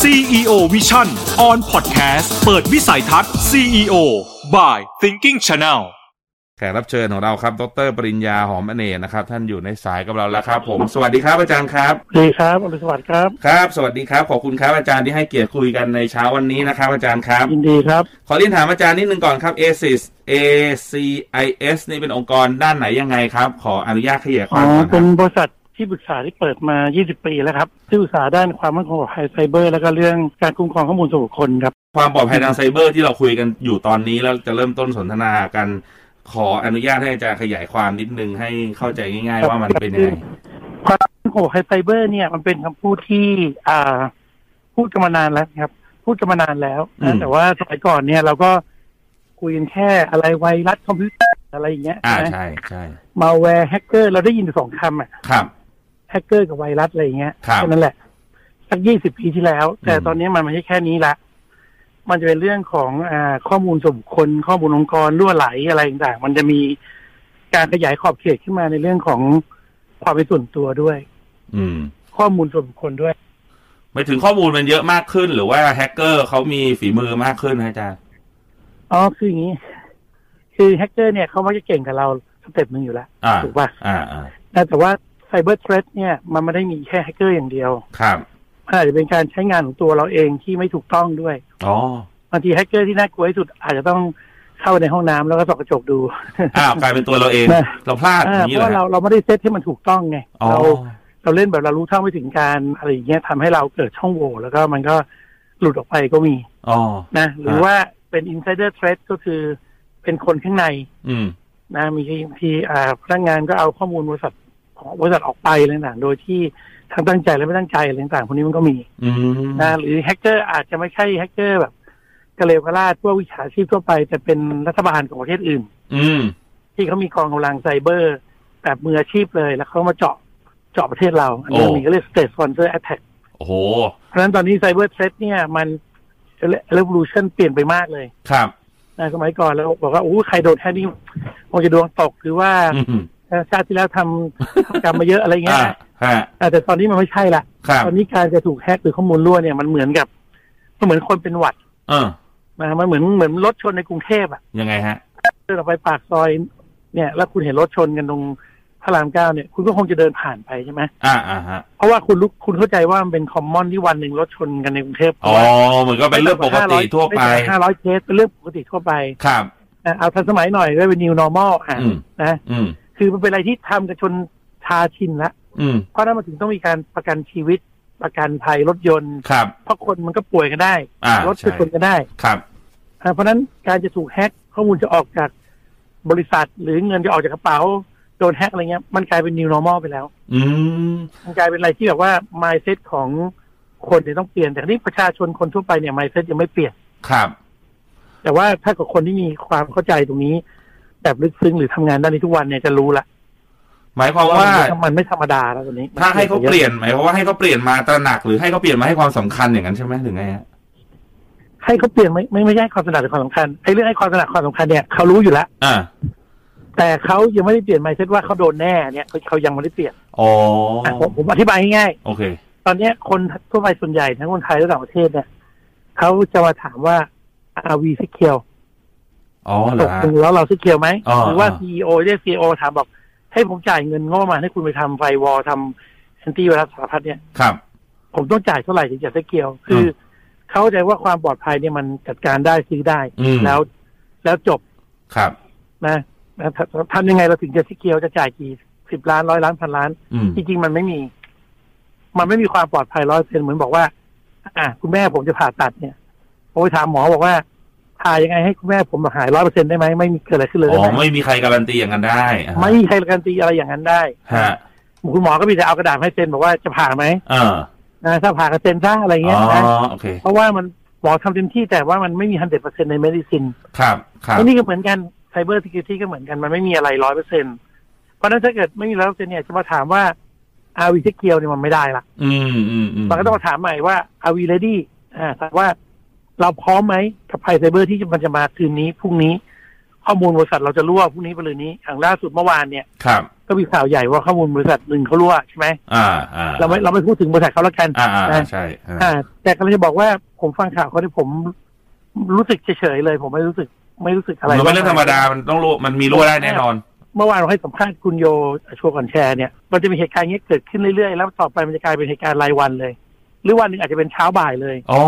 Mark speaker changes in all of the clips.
Speaker 1: CEO Vision on Podcast เปิดวิสัยทัศน์ CEO by Thinking Channel
Speaker 2: แขกรับเชิญของเราครับ ดรปริญญาหอมอเนกนะครับ ท่านอยู่ในสายกับเราแล้วครับ ผม สวัสดีครับอาจารย์ครับ
Speaker 3: ดีครับอรุณสวัสดิ์ครับ
Speaker 2: ครับ สวัสดีครับ ขอบคุณครับอาจารย์ที่ให้เกียรติคุยกันในเช้าวันนี้นะครับ อาจารย์ครับ
Speaker 3: ยินดีครับ
Speaker 2: ขอเรียนถามอาจารย์นิดนึงก่อนครับ ACIS ACIS นี่เป็นองค์กรด้านไหนยังไงครับ ขออนุญาตขยายค
Speaker 3: อ๋
Speaker 2: วา
Speaker 3: อ
Speaker 2: มก่อนค
Speaker 3: เป็
Speaker 2: รับ
Speaker 3: นบริษัทที่ปรึกษาที่เปิดมา 20 ปีแล้วครับ ที่ปรึกษาด้านความมั่นคงปลอดภัยไซเบอร์ แล้วก็เรื่องการคุ้มครองข้อมูลส่วนบุคคลครับ
Speaker 2: ความปลอดภัยทางไซเบอร์ที่เราคุยกันอยู่ตอนนี้แล้วจะเริ่มต้นสนทนากัน ขออนุญาตให้อาจารย์ขยายความนิดนึงให้เข้าใจง่าย ๆ ว่ามันเป็นยังไง
Speaker 3: ความมั่นคงปลอดภัยไซเบอร์เนี่ยมันเป็นคำพูดที่อ่า พูดกันมานานแล้วครับ พูดกันมานานแล้วนะแต่ว่าสมัยก่อนเนี่ยเราก็คุยกันแค่อะไรไวรัสคอมพิวเตอร์อะไรอย่างเงี้ย
Speaker 2: อ่า
Speaker 3: นะ
Speaker 2: ใช่ใช่
Speaker 3: มาแวร์แฮกเกอร์เราได้ยินอยู่สองคำอะ
Speaker 2: ครับ
Speaker 3: แฮกเกอร์กับไวรัสอะไรอย่างเงี้ย
Speaker 2: ครับ
Speaker 3: แค่นั้นแหละ สักยี่สิบปีที่แล้ว แต่
Speaker 2: อืม
Speaker 3: ตอนนี้มันไม่ใช่แค่นี้ละ มันจะเป็นเรื่องของอาข้อมูลส่วนบุคคล ข้อมูลองค์กรรั่วไหลอะไรต่างๆ มันจะมีการขยายขอบเขตขึ้นมาในเรื่องของความเป็นส่วนตัวด้วย
Speaker 2: อืม
Speaker 3: ข้อมูลส่วนบุคคลด้วย
Speaker 2: หมายถึงข้อมูลมันเยอะมากขึ้น หรือว่าแฮกเกอร์เขามีฝีมือมากขึ้นนะอาจารย์
Speaker 3: อ๋อคืออย่างนี้ คือแฮกเกอร์เนี่ยเขามักจะเก่งกับเราสเต็ปหนึ่งอยู่แล้ว
Speaker 2: อ่า
Speaker 3: ถูกป่ะ
Speaker 2: อ่าอ่า
Speaker 3: นะแต่ว่าไซเบอร์เทรดเนี่ยมันไม่ได้มีแค่แฮกเกอร์อย่างเดียว
Speaker 2: ครับ
Speaker 3: มันอาจจะเป็นการใช้งานของตัวเราเองที่ไม่ถูกต้องด้วย
Speaker 2: อ๋อบ
Speaker 3: างทีแฮกเกอร์ที่น่ากลัวที่สุดอาจจะต้องเข้าไปในห้องน้ำแล้วก็ส่องกระจกดู
Speaker 2: อ้าวกลายเป็นตัวเราเอง
Speaker 3: นะ
Speaker 2: เราพลาดอ
Speaker 3: อ่า
Speaker 2: ย่าง
Speaker 3: เพ
Speaker 2: นี้
Speaker 3: ราะ
Speaker 2: เหรอ
Speaker 3: ว่า
Speaker 2: ฮะ
Speaker 3: เราเราไม่ได้เซตให้มันถูกต้องไง
Speaker 2: อ๋อ
Speaker 3: เราเราเล่นแบบเรารู้เท่าไม่ถึงการอะไรอย่างเงี้ยทำให้เราเกิดช่องโหว่แล้วก็มันก็หลุดออกไปก็มี
Speaker 2: อ๋อ
Speaker 3: นะหรือ
Speaker 2: ฮะ
Speaker 3: ว่าเป็น insider threat ก็คือเป็นคนข้างใน
Speaker 2: อืม
Speaker 3: นะมีทีอ่าพนักงานก็เอาข้อมูลบริษัทของบริษัทออกไปอะไรต่างๆโดยที่ทั้งตั้งใจและไม่ตั้งใจอะไรต่างๆพวกนี้มันก็มี
Speaker 2: อืม
Speaker 3: นะหรือแฮกเกอร์อาจจะไม่ใช่แฮกเกอร์แบบกระเลวกระลาดพวกวิชาชีพทั่วไป แต่เป็นรัฐบาลของประเทศอื่น
Speaker 2: อืม
Speaker 3: ที่เขามีกองกำลังไซเบอร์ แบบมืออาชีพเลยแล้วเขามาเจาะเจาะประเทศเรา อันนี้มีก็เรียก state sponsor attack
Speaker 2: โอ้โห
Speaker 3: เพราะฉะนั้นตอนนี้ไซเบอร์เทรดเนี่ยมัน revolution เปลี่ยนไปมากเลย
Speaker 2: ครับ
Speaker 3: นะสมัยก่อนเราบอกว่าโอ้ใครโดนแฮกนี่คงจะดวงตกหรือว่า
Speaker 2: อืม
Speaker 3: เอ่อชาติที่แล้วทำกรรมมาเยอะอะไรเงี้
Speaker 2: อ่าย ฮะ
Speaker 3: นะแต่ตอนนี้มันไม่ใช่ละ
Speaker 2: ครับ
Speaker 3: ตอนนี้การจะถูกแฮกหรือข้อมูลรั่วเนี่ยมันเหมือนกับมันเหมือนคนเป็นหวัด
Speaker 2: เออ
Speaker 3: นะมันเหมือนเหมือนรถชนในกรุงเทพอ่ะ
Speaker 2: ยังไงฮะ
Speaker 3: เดินออกไปปากซอย เนี่ย แล้วคุณเห็นรถชนกันตรงพระรามเก้าเนี่ย คุณก็คงจะเดินผ่านไปใช่ไหม
Speaker 2: อ่าอ่าฮะ
Speaker 3: เพราะว่าคุณรู้คุณเข้าใจว่ามันเป็นคอมมอนที่วันหนึ่งรถชนกันในกรุงเทพ
Speaker 2: อ๋อเหมือนก็เป็นเรื่องปกติทั่วไป
Speaker 3: ห้าร้อยเคสเป็นเรื่องปกติทั่วไป
Speaker 2: ครับ
Speaker 3: อ่ะเอาทันสมัยหน่อยก็เป็น new normal อ่ะ
Speaker 2: อืม
Speaker 3: นะ
Speaker 2: อืม
Speaker 3: คือมันเป็นอะไรที่ทำกันจนชาชินละ
Speaker 2: อืม
Speaker 3: เพราะนั้นมันถึงต้องมีการประกันชีวิตประกันภัยรถยนต์
Speaker 2: ครับ
Speaker 3: เพราะคนมันก็ป่วยกันได้
Speaker 2: อ่าร ร
Speaker 3: ถจะ
Speaker 2: ใช่
Speaker 3: ชนกันได้
Speaker 2: ครับ
Speaker 3: อ่าเพราะฉะนั้นการจะถูกแฮ็กข้อมูลจะออกจากบริษัท หรือเงินจะออกจากกระเป๋าโดนแฮ็กอะไรเงี้ยมันกลายเป็น new normal ไปแล้ว
Speaker 2: อืม
Speaker 3: มันกลายเป็นอะไรที่แบบว่า mindset ของคนเนี่ยต้องเปลี่ยน แต่นี่ประชาชนคนทั่วไปเนี่ย mindset ยังไม่เปลี่ยน
Speaker 2: ครับ
Speaker 3: แต่ว่าถ้ากับคนที่มีความเข้าใจตรงนี้ แบบลึกซึ้งหรือทำงานด้านนี้ทุกวันเนี่ยจะรู้ละ
Speaker 2: หมายความว่า
Speaker 3: นไม่ธรรมดาแล้วตอนนี้
Speaker 2: ถ้าให้เขาเปลี่ยนหมายความว่าให้เขาเปลี่ยนมาตระหนักหรือให้เขาเปลี่ยนมาให้ความสำคัญอย่างนั้นใช่ไหมหรือไงฮะ
Speaker 3: ให้เขาเปลี่ยนไม่ไม่ไม่ใช่ความถนัดหรือความสำคัญไอ้เรื่องให้ความถนัดความสำคัญเนี่ยเขารู้อยู่แล้ว
Speaker 2: อ่า
Speaker 3: แต่เขายังไม่ได้เปลี่ยน mindset ว่าเขาโดนแน่เนี่ยเขาเขายังไม่ได้เปลี่ยน
Speaker 2: อ๋อ
Speaker 3: อ่ะผมผมอธิบายง่ายๆ
Speaker 2: โอเค
Speaker 3: ตอนเนี้ยคนทั่วไปส่วนใหญ่ทั้งคนไทยและต่างประเทศเนี่ยเขาจะมาถามว่า r v ซิเคียว
Speaker 2: อ๋อเหร
Speaker 3: ต
Speaker 2: อก ฮะ
Speaker 3: ลงแล้วเราซิเคียวไหม
Speaker 2: อ๋อ
Speaker 3: หรือว่า
Speaker 2: อ๋อ
Speaker 3: CEO เรียก CEO ถามบอก ให้ผมจ่ายเงินงบประมาณให้คุณไปทำไฟวอลทำแอนตี้ไวรัสสารพัดเนี่ย
Speaker 2: ครับ
Speaker 3: ผมต้องจ่ายเท่าไหร่ถึงจะซิเคียว คืออเข้าใจว่าความปลอดภัยเนี่ยมันจัดการได้ซื้อได้
Speaker 2: อืม
Speaker 3: แล้ว แล้วจบ
Speaker 2: ครับ
Speaker 3: นะนะทำทำยังไงเราถึงจะซิเคียวจะจ่ายกี่สิบล้านร้อยล้านพันล้าน
Speaker 2: อืม
Speaker 3: จริงๆ มันไม่มี มันไม่มีความปลอดภัยร้อยเปอร์เซ็นเหมือนบอกว่า อ่ะคุณแม่ผมจะผ่าตัดเนี่ยผมไปถามหมอบอกว่าผ่ายังไงให้คุณแม่ผมหายร้อยเปอร์เซ็นได้ไหมไม่มีเกิดอะไรขึ้นเลย
Speaker 2: อ๋อ
Speaker 3: ได้ไหม
Speaker 2: ไม่มีใครการันตีอย่างนั้นได้อ่ะ
Speaker 3: ไม่มีใครการันตีอะไรอย่างนั้นได้
Speaker 2: ฮะ
Speaker 3: คุณหมอก็มีแต่เอากระดาษให้เซ็นบอกว่าจะผ่าไหม
Speaker 2: เออ
Speaker 3: นะถ้าผ่าก็เซ็นซะอะไร
Speaker 2: อ๋
Speaker 3: เงี้
Speaker 2: อย
Speaker 3: นะ
Speaker 2: โอเค
Speaker 3: เพราะว่ามันหมอทำเต็มที่แต่ว่ามันไม่มีฮันเดเปอร์เซ็นในเมดิซิน
Speaker 2: ครับครับ
Speaker 3: แล้วนี่ก็เหมือนกันไซเบอร์ซิเคียวตี้ก็เหมือนกันมันไม่มีอะไรร้อยเปอร์เซ็นเพราะฉะนั้นถ้าเกิดไม่มีร้อยเปอร์เซ็นเนี่ยจะมาถามว่าอาวิเคียวเนี่ยมันไม่ได้ละ
Speaker 2: อืมอืมอืม
Speaker 3: มันก็ต้องมาถามใหม่ว่า are we ready อ่าถามว่าเราพร้อมไหมกับภัยไซเบอร์ที่มันจะมาคืนนี้พรุ่งนี้ ข้อมูลบริษัทเราจะรั่วพรุ่งนี้ปรืนนี้อย่างล่าสุดเมื่อวานเนี่ย
Speaker 2: ครับ
Speaker 3: ก็มีข่าวใหญ่ว่าข้อมูลบริษัทหนึ่งเขารั่วใช่ไหม
Speaker 2: อ่าอ่า
Speaker 3: เราไม่เราไม่พูดถึงบริษัทเขาแล้วกัน
Speaker 2: อ่าอ่าใช่อ่า
Speaker 3: อ่า แต่กำลังจะบอกว่าผมฟังข่าวเขาที่ยผมรู้สึกเฉยๆเลย ผมไม่รู้สึกไม่รู้สึกอะไร
Speaker 2: มันเป็นเรื่องธรรมดามันต้องรู้มันมีรั่วได้แน่นอน
Speaker 3: เมื่อวานเราให้สัมภาษณ์คุณโยชัวร์ก่อนแชร์เนี่ยมันจะมีเหตุการณ์อย่างเงี้ยเกิดขึ้นเรื่อยๆแล้วต่อไปมันจะกลายเป็นเหตุการณ์รายวันเลย หรือวันหนึ่งอาจจะเป็นเช้าบ่ายเลย
Speaker 2: อ๋อ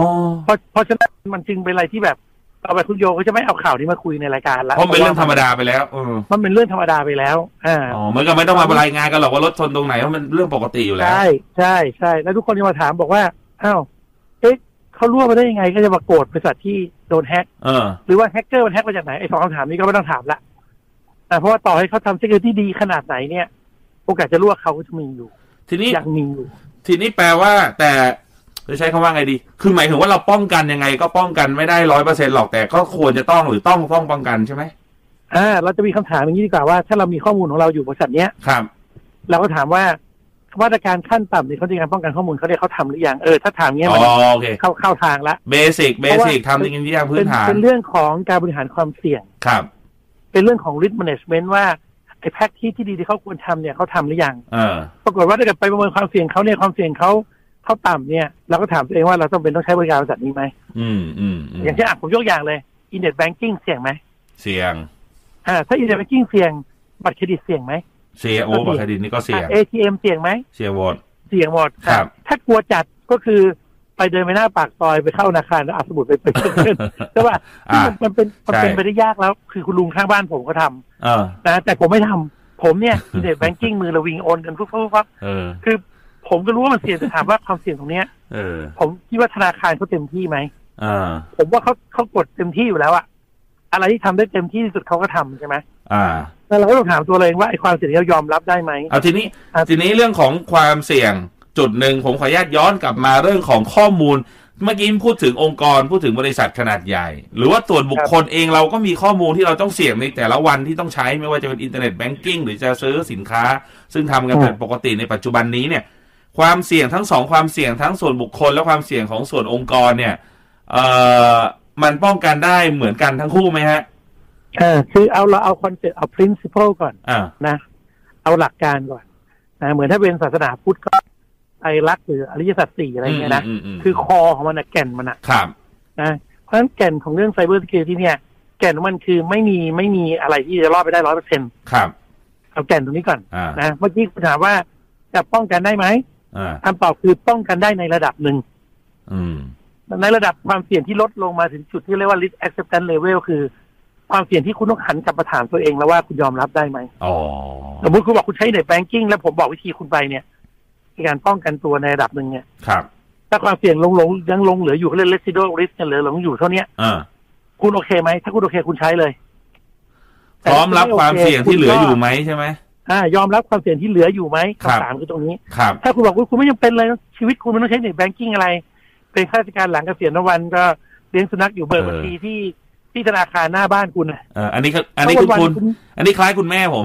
Speaker 3: เพราะเพราะฉะนั้นมันจึงเป็นอะไรที่แบบต่อไปคุณโยก็จะไม่เอาข่าวนี้มาคุยในรายการละ
Speaker 2: เพราะมันเป็นเรื่องธรรมดาไปแล้วเออ
Speaker 3: มันเป็นเรื่องธรรมดาไปแล้วอ่า
Speaker 2: อ๋อเหมือนกับไม่ต้องมารายงานกันหรอกว่ารถชนตรงไหนเพราะมันเรื่องปกติอยู่แล้ว
Speaker 3: ใช่ใช่ใช่แล้วทุกคนจะมาถามบอกว่าอ้าวเอ๊ะเขารั่วมาได้ยังไงก็จะมาโกรธบริษัทที่โดนแฮก
Speaker 2: เออ
Speaker 3: หรือว่าแฮกเกอร์มันแฮกมาจากไหนไอ้สองคำถามนี้ก็ไม่ต้องถามละอ่าเพราะว่าต่อให้เขาทำ security ดีขนาดไหนเนี่ย โอกาสจะรั่วเขาก็จะมีอยู่
Speaker 2: ทีนี้
Speaker 3: ยังมีอยู่
Speaker 2: ทีนี้แปลว่า แต่จะใช้คำว่าไงดี คือหมายถึงว่าเราป้องกันยังไง ก็ป้องกันไม่ได้ร้อยเปอร์เซ็นต์หรอกแต่ก็ควรจะต้องหรือต้องต้องป้องกันใช่ไหม
Speaker 3: อ่า เราจะมีคำถามอย่างนี้ดีกว่าว่า ถ้าเรามีข้อมูลของเราอยู่บริษัทเนี้ย
Speaker 2: ครับ
Speaker 3: เราก็ถามว่ามาตรการขั้นต่ำเนี่ยเขาในการป้องกันข้อมูลเขาได้เขาทำหรือยังเออถ้าถามเงี้ย
Speaker 2: อ๋
Speaker 3: มัน
Speaker 2: อโอเค
Speaker 3: เข้าเข้าทางละ
Speaker 2: เบสิกเบสิก
Speaker 3: เพราะว่า
Speaker 2: ทำในกินที่ยางพื้
Speaker 3: เป็น น
Speaker 2: ฐาน
Speaker 3: เป็นเรื่องของการบริหารความเสี่ยง
Speaker 2: ครับ
Speaker 3: เป็นเรื่องของ risk management ว่าไอ้แพ็กที่ที่ดีที่เขาควรทำเนี่ยเขาทำหรือยัง
Speaker 2: เออ
Speaker 3: ปรากฏว่าถ้าเกิดไปประเมินความเสี่ยงเขาเนี่ยความเสี่ยงเขาเขาต่ำเนี่ยเราก็ถามตัวเองว่าเราต้องเป็นต้องใช้บริการบริษัทนี้ไหม
Speaker 2: อืมอืมอืม
Speaker 3: อย่างเช่นอ่ะผมยกอย่างเลย Internet Banking เสี่ยงไหม
Speaker 2: เสียง
Speaker 3: อ่าถ้า Internet Banking เสี่ยงบัตรเครดิตเสี่ยงไหม
Speaker 2: เสียโอ้บัตรเครดิตนี่ก็เสียง
Speaker 3: ATM เสี่ยงไหม
Speaker 2: เสียโหวต
Speaker 3: เสี่ยงหมด
Speaker 2: ครับ
Speaker 3: ถ้ากลัวจัดก็คือไปเดินไปหน้าปากซอยไปเข้าธนาคารแล้วเอาสมุดไปไปดเงิน ใช่ป่ะซึ่ง
Speaker 2: อ่า
Speaker 3: มันมันเป็นมันเป็น
Speaker 2: ใช่
Speaker 3: ไปได้ยากแล้ว คือคุณลุงข้างบ้านผมเขาทำ
Speaker 2: เออ
Speaker 3: นะแต่ผมไม่ทำผมเนี่ย Internet Banking มือระวิงโอนเงินฟุ๊บฟุ๊บฟุ๊บ
Speaker 2: เออ
Speaker 3: คือผมก็รู้ว่ามันเสี่ยงแต่ถามว่าความเสี่ยงตรงเนี้ย
Speaker 2: เออ
Speaker 3: ผมคิดว่าธนาคารเขาเต็มที่ไหม
Speaker 2: เออ
Speaker 3: ผมว่าเขาเขากดเต็มที่อยู่แล้วอะอะไรที่ทำได้เต็มที่ที่สุดเขาก็ทำใช่ไหม
Speaker 2: อ่า
Speaker 3: แล้วเราก็ต้องถามตัวเราเองว่าไอ้ความเสี่ยงที่เรายอมรับได้ไหม
Speaker 2: เอาทีนี้
Speaker 3: ครับ
Speaker 2: ทีนี้เรื่องของความเสี่ยงจุดหนึ่งผมขออนุญาตย้อนกลับมาเรื่องของข้อมูล เมื่อกี้พูดถึงองค์กรพูดถึงบริษัทขนาดใหญ่ หรือว่าส่วนบุคคลเองเราก็มีข้อมูลที่เราต้องเสี่ยงในแต่ละวันที่ต้องใช้ไม่ว่าจะเป็นอินเทอร์เน็ตแบงกิ้งหรือจะซื้อสินค้า ซึ่งทำกันเป็นปกติในปัจจุบันนี้เนี่ย ความเสี่ยงทั้งสองความเสี่ยงทั้งส่วนบุคคลและความเสี่ยงของส่วนองค์กรเนี่ยเอ่อมันป้องกันได้เหมือนกันทั้งคู่ไหมฮะ
Speaker 3: เออคือเอาเราเอาคอนเซ็ปต์เอา principle ก่อน
Speaker 2: อ่า
Speaker 3: นะ เอาหลักการก่อนนะเหมือนถ้าเป็นศาสนาพุทธก็ไตรลักษณ์หรืออริยสัจสี่อะไรเงี้ยนะ
Speaker 2: มมม
Speaker 3: คือคอของมันนะแก่นมันอะ
Speaker 2: ครับ
Speaker 3: นะเพราะฉะนั้นแก่นของเรื่องไซเบอร์ c ิเ r ที่เนี่ย แก่นของมันคือไม่มีไม่มีอะไรที่จะรอดไปได้ร้อยเปอร์เซ็นต์
Speaker 2: ครับ
Speaker 3: เอาแก่นตรงนี้ก่อน
Speaker 2: อ่า
Speaker 3: นะเมื่อกี้คุณถามว่าจะป้องกันได้ไหม
Speaker 2: อ่า
Speaker 3: คำตอบคือป้องกันได้ในระดับหนึ่ง
Speaker 2: อืม
Speaker 3: ในระดับความเสี่ยงที่ลดลงมาถึงจุดที่เรียกว่า risk acceptance level คือ ความเสี่ยงที่คุณต้องหันกลับมาถามตัวเองแล้วว่าคุณยอมรับได้ไหม
Speaker 2: อ๋อ
Speaker 3: สมมติคุณบอกคุณใช้ในแบงกิ้งแล้วผมบอกวิธีคุณไปเนี่ยในการป้องกันตัวในระดับหนึ่งเนี่ย
Speaker 2: ครับ
Speaker 3: ถ้าความเสี่ยงลงลงยังลงเหลืออยู่เขาเรียก residual risk ยังเหลือหลงอยู่เท่าเนี้ย
Speaker 2: อ่า
Speaker 3: คุณโอเคไหมถ้าคุณโอเคคุณใช้เลย
Speaker 2: พร้อมรับความเสี่ยงที่เหลืออยู่
Speaker 3: ไหม
Speaker 2: ไหมใช่ไหม
Speaker 3: ยอมรับความเสี่ยงที่เหลืออยู่ไหม
Speaker 2: ครับ
Speaker 3: คำถามคือตรงนี้
Speaker 2: ครับ
Speaker 3: ถ้าคุณบอกว่าคุณไม่จำเป็นเลยชีวิตคุณมันต้องใช้เน็ตแบงกิ้งอะไร เป็นข้าราชการหลังเกษียณวันก็เลี้ยงสุนัขอยู่เบิก
Speaker 2: เออ
Speaker 3: บัญชีที่ที่ธนาคารหน้าบ้านคุณน่ะ
Speaker 2: เอออันนี้ก็อันนี้คุณ
Speaker 3: ถ้าวัๆ
Speaker 2: คุณ อันนี้คล้ายคุณแม่ผม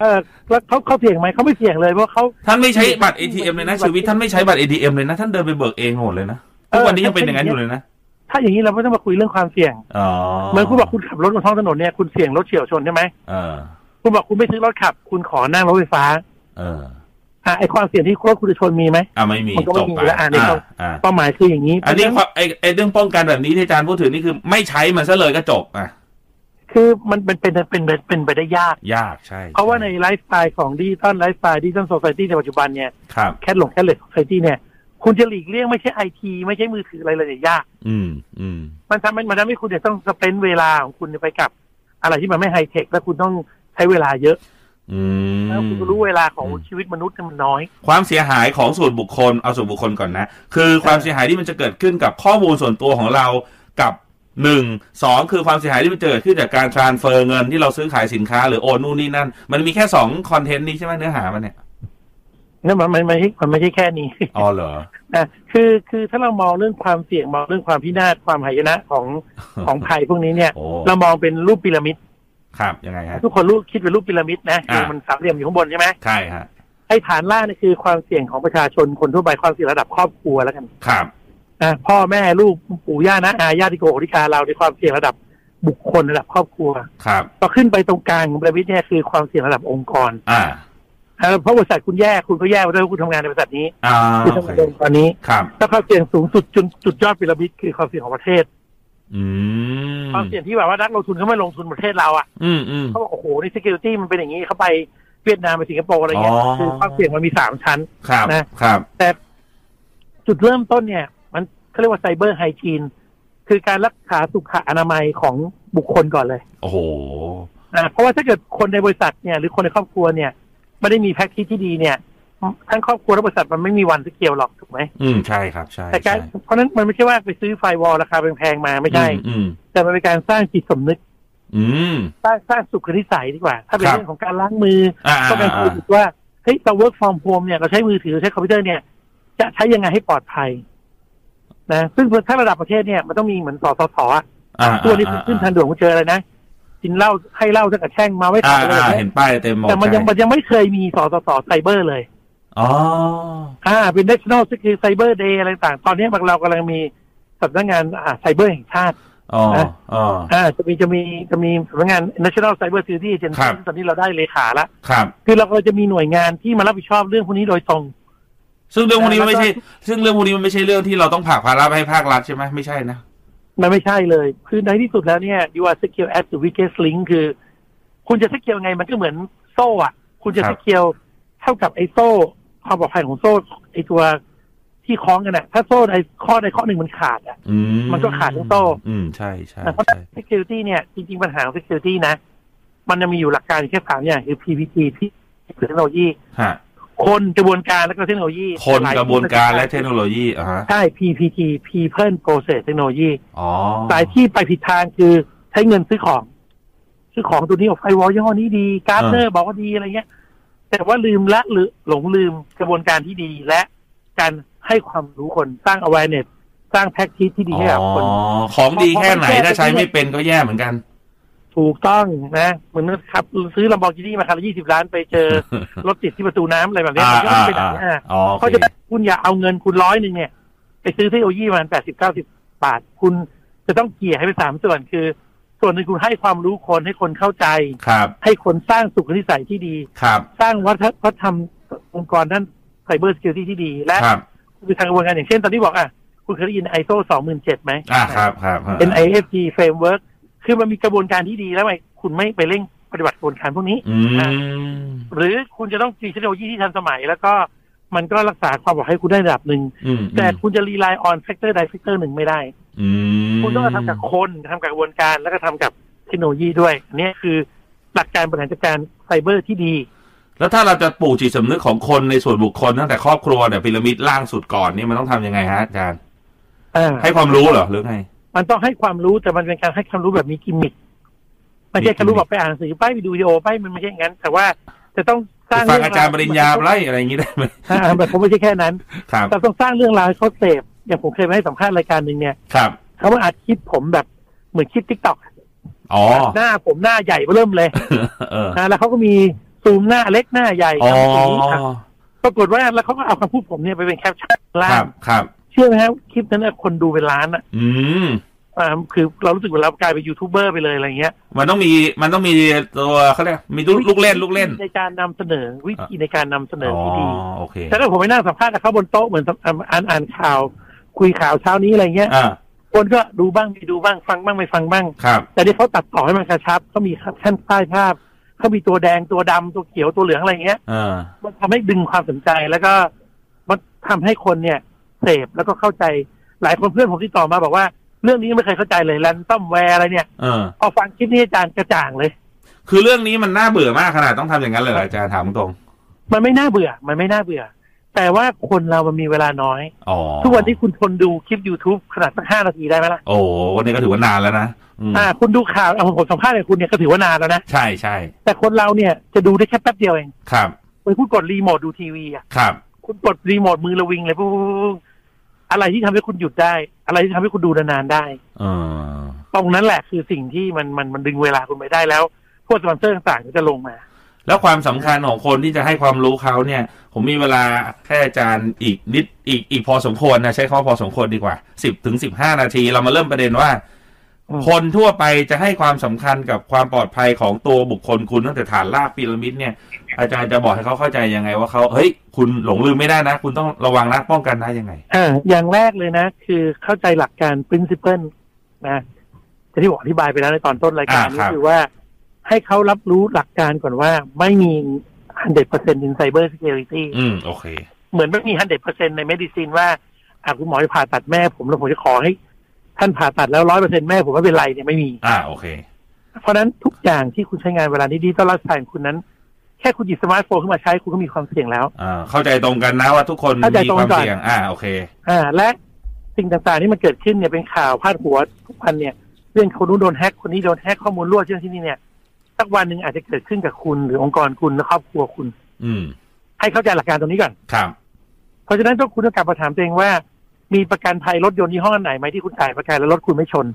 Speaker 3: เออแล้วเขาเขาเสี่ยงไหมเขาไม่เสี่ยงเลยเพราะเขา
Speaker 2: ท่านไม่ใช้บัตร ATM เลยนะชีวิตท่านไม่ใช้บัตร ATM เลยนะ ท่านเดินไปเบิกเองหมดเลยนะทุกวันนี้ยังเป็นอย่างนั้นอยู่เลยนะ
Speaker 3: ถ้าอย่างนี้เราไม่ต้องมาคุยเรื่องความเสี่ยง
Speaker 2: อ๋อ
Speaker 3: เหมือนคุณบอกคุณขับรถบนท้องถนนเนี่ยคุณเสี่ยงรถเฉี่ยวชนใช่ไหม
Speaker 2: เออ
Speaker 3: คุณบอกคุณไม่ซื้อรถขับ คุณขอนั่งรถไฟฟ้า
Speaker 2: เออ
Speaker 3: อ่ะไอความเสี่ยงที่รถคุณจะชนมีไหม
Speaker 2: อ่าไม่มี
Speaker 3: มันก็ไม่
Speaker 2: จบ
Speaker 3: มี
Speaker 2: ไป
Speaker 3: แล้วอ่ะนี่
Speaker 2: อ่า
Speaker 3: ก็
Speaker 2: อ่า
Speaker 3: เป้าหมายคืออย่างนี้
Speaker 2: อันนี้ความไอไอเรื่องป้องกันแบบนี้ที่อาจารย์พูดถึงนี่คือไม่ใช้มันซะเลยก็จบอ่ะ
Speaker 3: คือมันเป็นเป็นเป็นเป็นเป็นไปได้ยาก
Speaker 2: ยากใช่
Speaker 3: เพราะว่าในไลฟ์สไตล์ของดิจิตอลไลฟ์สไตล์ดิจิตอลโซซตี้ในปัจจุบันเนี่ย
Speaker 2: ครับ
Speaker 3: แคทหลงแคทเลสโซซตี้เนี่ย คุณจะหลีกเลี่ยงไม่ใช่ไอทีไม่ใช่มือถืออะไรเลยเนี่ยยาก
Speaker 2: อืมอืม
Speaker 3: มันทำให้มันทำให้คุณเนี่ยต้องสเปนเวลาของคุณเนี่ยไปกับ อะไรที่มันไม่ไฮเทค แล้วคุณต้องใช้เวลาเยอะ
Speaker 2: อืม
Speaker 3: แล้วคุณก็รู้เวลาของ
Speaker 2: อืม
Speaker 3: ชีวิตมนุษย์เนี่ยมันน้อย
Speaker 2: ความเสียหายของส่วนบุคคลเอาส่วนบุคคลก่อนนะ คือความเสียหายที่มันจะเกิดขึ้นกับข้อมูลส่วนตัวของเรากับหนึ่งสองคือความเสียหายที่มันจะเกิดขึ้นจากการทรานเฟอร์เงินที่เราซื้อขายสินค้าหรือโอนนู่นนี่นั่น มันมีแค่สองคอนเทนต์นี้ใช่ไหมเนื้อหามันเนี่ย
Speaker 3: นั่นมันมันไม่ใช่มันไม่ใช่แค่นี้
Speaker 2: อ๋อเหรอ
Speaker 3: นะคือคือถ้าเรามองเรื่องความเสี่ยงมองเรื่องความพินาศความหายนะของ ของภัยพวกนี้เนี่ย
Speaker 2: โอ้
Speaker 3: เรามองเป็นรูปพีระมิด
Speaker 2: ครับยังไงฮะ
Speaker 3: ทุกคนรู้คิดเป็นรูปพีระมิดนะคือ
Speaker 2: อ่ามั
Speaker 3: มันสามเหลี่ยมอยู่ข้างบนใช่ไหม
Speaker 2: ใช่ฮะ
Speaker 3: ไอ้ฐานล่างเนี่ยคือความเสี่ยงของประชาชนคนทั่วไปความเสี่ยงระดับครอบครัวแล้วกัน
Speaker 2: ครับ
Speaker 3: นะพ่อแม่ลูกปู่ย่านะอาญาติโกโหติกาเราในความเสี่ยงระดับ บุคคลระดับครอบครัว
Speaker 2: ครับ
Speaker 3: พอขึ้นไปตรงกลางของพีระมิดเนี่ยคือความเสี่ยงระดับองค์กร
Speaker 2: อ่า
Speaker 3: อ่าเพราะบริษัทคุณแย่คุณก็แย่ไปด้วยเพราะคุณทำงานในบริษัทนี้
Speaker 2: อ่า
Speaker 3: คุณ
Speaker 2: โอ
Speaker 3: ทำ
Speaker 2: เค
Speaker 3: งานในองค์กรนี้
Speaker 2: ครับ
Speaker 3: ถ้าความเสี่ยงสูงสุดจนจุดยอดพีระมิดคือความเสี่ยงของประเทศ
Speaker 2: อืม
Speaker 3: ความเสี่ยงที่แบบว่านักลงทุนเขาไม่ลงทุนประเทศเราอ่ะ
Speaker 2: อืมอืม
Speaker 3: เขาบอกโอ้โหนี่ security มันเป็นอย่างนี้เขาไปเวียดนามไปสิงคโปร์อะไรเงี้ย
Speaker 2: อ๋อ
Speaker 3: คือความเสี่ยงมันมีสามชั้น
Speaker 2: ครับ
Speaker 3: นะ
Speaker 2: ครับ
Speaker 3: แต่จุดเริ่มต้นเนี่ย มันเขาเรียกว่าไซเบอร์ไฮจีนคือการรักษาสุขอนามัยของบุคคลก่อนเลย
Speaker 2: โอ้โห
Speaker 3: นะเพราะว่าถ้าเกิดคนในบริษัทเนี่ยหรือคนในครอบครัวเนี่ยไม่ได้มีแพ็กที่ที่ดีเนี่ยทั้งครอบครัวและบริษัทมันไม่มีวันจะเกี่ยวหรอกถูกไหม
Speaker 2: อืม ใช่ครับ ใช่
Speaker 3: แต่การ
Speaker 2: ใช่
Speaker 3: เพราะฉะนั้นมันไม่ใช่ว่าไปซื้อไฟวอลราคาแพงๆมาไม่ใช่
Speaker 2: อืม
Speaker 3: แต่มันเป็นการสร้างจิตสำนึก
Speaker 2: อืม
Speaker 3: สร้างสร้างสุขนิสัยดีกว่า ถ้าเป็น
Speaker 2: ครับ
Speaker 3: เรื่องของการล้างมือ
Speaker 2: อ่า
Speaker 3: ก็การ
Speaker 2: อ่า
Speaker 3: พูดถึงว่าเฮ้ยเรา work from home เนี่ยเราใช้มือถือเราใช้คอมพิวเตอร์เนี่ย จะใช้ยังไงให้ปลอดภัย นะซึ่งถ้าระดับประเทศเนี่ยมันต้องมีเหมือนสสสอะ
Speaker 2: อ่า
Speaker 3: ตัวนี้ขึ้นทางด่วนกูเจออะไรนะกินเหล้าให้เหล้าตั้งแต่แช่งมาไม่
Speaker 2: อ่า
Speaker 3: ขาดเลย
Speaker 2: อ่า
Speaker 3: นะ
Speaker 2: เห็นป้ายเต็มหมด
Speaker 3: แต่มันยัง
Speaker 2: ใช่
Speaker 3: มันยังไม่เคยมีสสสไซเบอร์เลย
Speaker 2: อ๋อ
Speaker 3: อ่า เป็น national security cyber day อะไรต่างๆตอนนี้เรากำลังมีสำนักงานอ่าไซเบอร์แห่งชาติ
Speaker 2: อ๋อ
Speaker 3: นะ
Speaker 2: อ๋อ
Speaker 3: อ่าจะมีจะมีจะมีสำนักงาน national cyber security agency
Speaker 2: ครับ
Speaker 3: ตอนนี้เราได้เลขาละ
Speaker 2: ครับ
Speaker 3: คือเราก็จะมีหน่วยงานที่มารับผิดชอบเรื่องพวกนี้โดยตรง
Speaker 2: ซึ่งเรื่องพวกนี้มัน
Speaker 3: แล้วก็
Speaker 2: ไม่ใช่ ซึ่งเรื่องพวกนี้มันไม่ใช่เรื่องที่เราต้องผลักภาระไปให้ภาครัฐใช่ไหมไม่ใช่นะ
Speaker 3: มันไม่ใช่เลย คือในที่สุดแล้วเนี่ย you are secure as the weakest link คือ คุณจะสกิลไงมันก็เหมือนโซ่อะคุณจะ
Speaker 2: ครั
Speaker 3: ส
Speaker 2: บ
Speaker 3: กิลเท่ากับไอ้โซ่ความปลอดภัยของโซ่ไอ้ตัวที่คล้องกันอะถ้าโซ่ในข้อใดข้อหนึ่งมันขาดอะ
Speaker 2: อืม
Speaker 3: มันก็ขาดทั้งโซ่
Speaker 2: อืม ใช่ใช่
Speaker 3: นะเพราะ
Speaker 2: ใช่
Speaker 3: security เนี่ย จริง ๆ ปัญหาของ security นะ มันจะมีอยู่หลักการอยู่แค่สามอย่างคือ PPT ที่เทคโนโลยี
Speaker 2: ฮะ
Speaker 3: คนกระบวนการและก็เทคโนโลยี
Speaker 2: คน
Speaker 3: หลย
Speaker 2: กระบวนการและเทคโนโลยีอ่ะฮะ
Speaker 3: ใช่ PPT people process technology
Speaker 2: อ๋อ
Speaker 3: สายที่ไปผิดทางคือใช้เงินซื้อของ ซื้อของตัวนี้ออกไฟวอลยี่ห้อนี้ดีการ์ดเนอร์บอกว่าดีอะไรเงี้ย แต่ว่าลืมละหรือหลงลืมกระบวนการที่ดีและการให้ความรู้คนสร้าง awareness สร้างแพ็กทีที่ดีให้กับคน
Speaker 2: อ๋อของดีแค่ไหน
Speaker 3: พอมันแก้
Speaker 2: ถ้าใช้ไม่เป็นก็แย่เหมือนกัน
Speaker 3: ถูกต้องนะเหมือนนะครับ ซื้อลำบอร์กินี่มาคันละยี่สิบล้านไปเจ อ รถติดที่ประตูน้ำอะไรแบบเนี้ย
Speaker 2: อ่า
Speaker 3: มันก็
Speaker 2: อ่า
Speaker 3: ไม่เป็น
Speaker 2: อ่า
Speaker 3: ไรนะ
Speaker 2: อ๋อโอ
Speaker 3: เขา
Speaker 2: เค
Speaker 3: จะคุณอย่าเอาเงินคุณร้อยหนึ่งเนี่ย ไปซื้อเทคโนโลยีมันแปดสิบเก้าสิบบาท คุณจะต้องเกลี่ยให้เป็นสามส่วนคือ ส่วนหนึ่งคุณให้ความรู้คนให้คนเข้าใจ
Speaker 2: ครับ
Speaker 3: ให้คนสร้างสุขนิสัยที่ดี
Speaker 2: ครับ
Speaker 3: สร้างวัฒนวัฒนธรรมองค์กรด้านไซเบอร์สกิลตี้ที่ดี และ
Speaker 2: ครับ
Speaker 3: คือทางกระบวนการอย่างเช่นตอนนี้บอกอ่ะ คุณเคยได้ยิน ISO 27000ไหม
Speaker 2: อ่าครับครับฮะ
Speaker 3: เป็น IFG framework คือมันมีกระบวนการที่ดีแล้วทำไมคุณไม่ไปเร่งปฏิบัติกระบวนการพวกนี้
Speaker 2: อืม
Speaker 3: หรือคุณจะต้องมีเทคโนโลยีที่ทันสมัย แล้วก็มันก็รักษาความปลอดภัยให้คุณได้ระดับหนึ่ง
Speaker 2: อืม
Speaker 3: แต่คุณจะรีไลน์ออนแฟกเตอร์ใดแฟกเตอร์หนึ่งไม่ได้
Speaker 2: อืม
Speaker 3: คุณต้องทำกับคนทำกับกระบวนการแล้วก็ทำกับเทคโนโลยีด้วยอันนี้คือหลักการบริหารจัดการไซเบอร์ที่ดี
Speaker 2: แล้วถ้าเราจะปลูกจิตสำนึกของคนในส่วนบุคคลตั้งแต่ครอบครัวเนี่ยพีระมิดล่างสุดก่อนนี่มันต้องทำยังไงฮะอาจารย์
Speaker 3: อ่า
Speaker 2: ให้ความรู้เหรอหรือไง
Speaker 3: มันต้องให้ความรู้แต่มันเป็นการให้ความรู้แบบมีกิมมิคไม่ใช่
Speaker 2: มีกิมมิค
Speaker 3: การรู้แบบไปอ่านหนังสือไปไปดูวิดีโอไปมันไม่ใช่อย่างนั้น แต่ว่าจะต้องสร้าง
Speaker 2: ฟัง
Speaker 3: เว
Speaker 2: อาจารย์ปริญญาไล่อะไรอย่างนี้ได้ไหม
Speaker 3: อ่าแบบ ผมไม่ใช่แค่นั้น
Speaker 2: ครับ
Speaker 3: แต่ต้องสร้างเรื่องราวให้เขาเสพอย่างผมเคยไปให้สัมภาษณ์รายการหนึ่งเนี่ย
Speaker 2: ครับ
Speaker 3: เขามาอัดคลิปผมแบบเหมือนคลิปทิกตอก
Speaker 2: อ๋อ
Speaker 3: หน้าผมหน้าใหญ่เริ่มเลย
Speaker 2: เออ
Speaker 3: นะแล้วเขาก็มีซูมหน้าเล็กหน้าใหญ่
Speaker 2: อ๋อ
Speaker 3: ทำสีอ่ะปรากฏว่าแล้วเขาก็เอาคำพูดผมเนี่ยไปเป็นแคปชั่นล่า
Speaker 2: ครับ
Speaker 3: ง
Speaker 2: ครับ
Speaker 3: เชื่อไหมครับคลิปนั้นน่ะคนดูเป็นล้านอ่ะ
Speaker 2: อืม
Speaker 3: อ่าคือเรารู้สึกว่าเรากลายเป็นยูทูบเบอร์ไปเลยอะไรเงี้ย
Speaker 2: มันต้องมีมันต้องมีตัวเขาเรียกมีลูกลูกเล่นลูกเล่น
Speaker 3: วิธีในการนำเสนอวิธีในการนำเสนอ
Speaker 2: อ๋อ
Speaker 3: ที่ดี
Speaker 2: โอเค
Speaker 3: แต่ถ้าผมไปนั่งสัมภาษณ์กับเขาบนโต๊ะเหมือนสัมอ่านอ่านอ่านข่าว คุยข่าวเช้านี้อะไรเงี้ย
Speaker 2: อ่า
Speaker 3: คนก็ดูบ้างไม่ดูบ้างฟังบ้างไม่ฟังบ้าง
Speaker 2: ครับ
Speaker 3: แต่ที่เขาตัดต่อให้มันกระชับเขามีขั้นใต้ภาพเขามีตัวแดงตัวดำตัวเขียวตัวเหลืองอะไรเงี้ย
Speaker 2: เออ
Speaker 3: มันทำให้ดึงความสนใจแล้วก็มันทำให้คนเนี่ยเสพแล้วก็เข้าใจหลายคนเพื่อนผมที่ต่อมาบอกว่า เรื่องนี้ไม่เคยเข้าใจเลยแรนต้อมแวร์อะไรเนี่ย
Speaker 2: เออ
Speaker 3: พอฟังคลิปนี้อาจารย์กระจ่างเลย
Speaker 2: คือเรื่องนี้มันน่าเบื่อมากขนาดต้องทำอย่างนั้นเลยเหรออาจารย์ถามตรง
Speaker 3: มันไม่น่าเบื่อ มันไม่น่าเบื่อ แต่ว่าคนเรามันมีเวลาน้อย
Speaker 2: ๆอ๋อ
Speaker 3: ทุกวันที่คุณทนดูคลิป YouTube ขนาดสักห้านาทีได้ไหมล่ะ
Speaker 2: โอ้โหวันนี้ก็ถือว่านานแล้วนะอืม
Speaker 3: อ่า คุณดูข่าวเอาผมสัมภาษณ์กับคุณเนี่ยก็ถือว่านานแล้วนะ
Speaker 2: ใช่ใช่
Speaker 3: แต่คนเราเนี่ยจะดูได้แค่แป๊บเดียวเอง
Speaker 2: ครับ
Speaker 3: ไปคุณกดรีโมทดูทีวีอ่ะ
Speaker 2: ครับ
Speaker 3: คุณกดรีโมทมือระวิงเลยปุ๊บปุ๊บปุ๊บปุ๊บอะไรที่ทำให้คุณหยุดได้ อะไรที่ทำให้คุณดูนานๆได้
Speaker 2: เออ
Speaker 3: ตรงนั้นแหละคือสิ่งที่มันมันมันดึงเวลาคุณไปได้แล้ว พวกสปอนเซอร์ต่างๆก็จะลงมา
Speaker 2: แล้วความสำคัญของคนที่จะให้ความรู้เขาเนี่ย ผมมีเวลาแค่อาจารย์อีกนิดอีกอีกพอสมควรนะใช้คำว่าพอสมควรดีกว่าสิบถึงสิบห้านาที เรามาเริ่มประเด็นว่า
Speaker 3: อืม
Speaker 2: คนทั่วไปจะให้ความสำคัญกับความปลอดภัยของตัวบุคคลคุณตั้งแต่ฐานรากพีระมิดเนี่ย อาจารย์จะบอกให้เขาเข้าใจยังไงว่าเขาเฮ้ย คุณหลงลืมไม่ได้นะ คุณต้องระวังนะป้องกันได้ยังไง
Speaker 3: อ่าอย่างแรกเลยนะ คือเข้าใจหลักการ principle นะที่ผมอธิบายไปแล้วในตอนต้นรายการ
Speaker 2: อ่า
Speaker 3: นี่
Speaker 2: ครับ
Speaker 3: คือว่าให้เขารับรู้หลักการก่อนว่าไม่มี 100% in cyber security
Speaker 2: อืมโอเค
Speaker 3: เหมือนไม่มี 100%ใน medicine ว่าอ่ะคุณหมอจะผ่าตัดแม่ผมแล้วผมจะขอให้ ท่านผ่าตัดแล้ว 100%แม่ผมไม่เป็นไรเนี่ยไม่มี
Speaker 2: อ่าโอเค
Speaker 3: เพราะฉะนั้นทุกอย่างที่คุณใช้งานเวลานี้ดิจิตอลไลฟ์สไตล์ของคุณนั้น แค่คุณหยิบสมาร์ทโฟนขึ้นมาใช้คุณก็มีความเสี่ยงแล้ว
Speaker 2: อ่าเข้าใจตรงกันนะว่าทุกคน
Speaker 3: เข้าใจ
Speaker 2: มี
Speaker 3: ตรง
Speaker 2: ค
Speaker 3: กั
Speaker 2: วาน มเสี่ยง อ่าโอเค
Speaker 3: อ่าและสิ่งต่างๆที่มันเกิดขึ้นเนี่ยเป็นข่าวพาดหัวทุกวันเนี่ย เรื่องคนนู้นโดนแฮกคนนี้โดนแฮกข้อมูลรั่วเรื่องที่นี่เนี่ยสักวันหนึ่งอาจจะเกิดขึ้นกับคุณหรือองค์กรคุณและครอบครัวคุณ
Speaker 2: อืม
Speaker 3: ให้เข้าใจหลักการตรงนี้ก่อน
Speaker 2: ครับ
Speaker 3: เพราะฉะนั้นก็คุณต้องกลับมาถามตัวเองว่า มีประกันภัยรถยนต์ยี่ห้อไหนไหมที่คุณจ่ายประกันแล้วรถคุณไม่ชน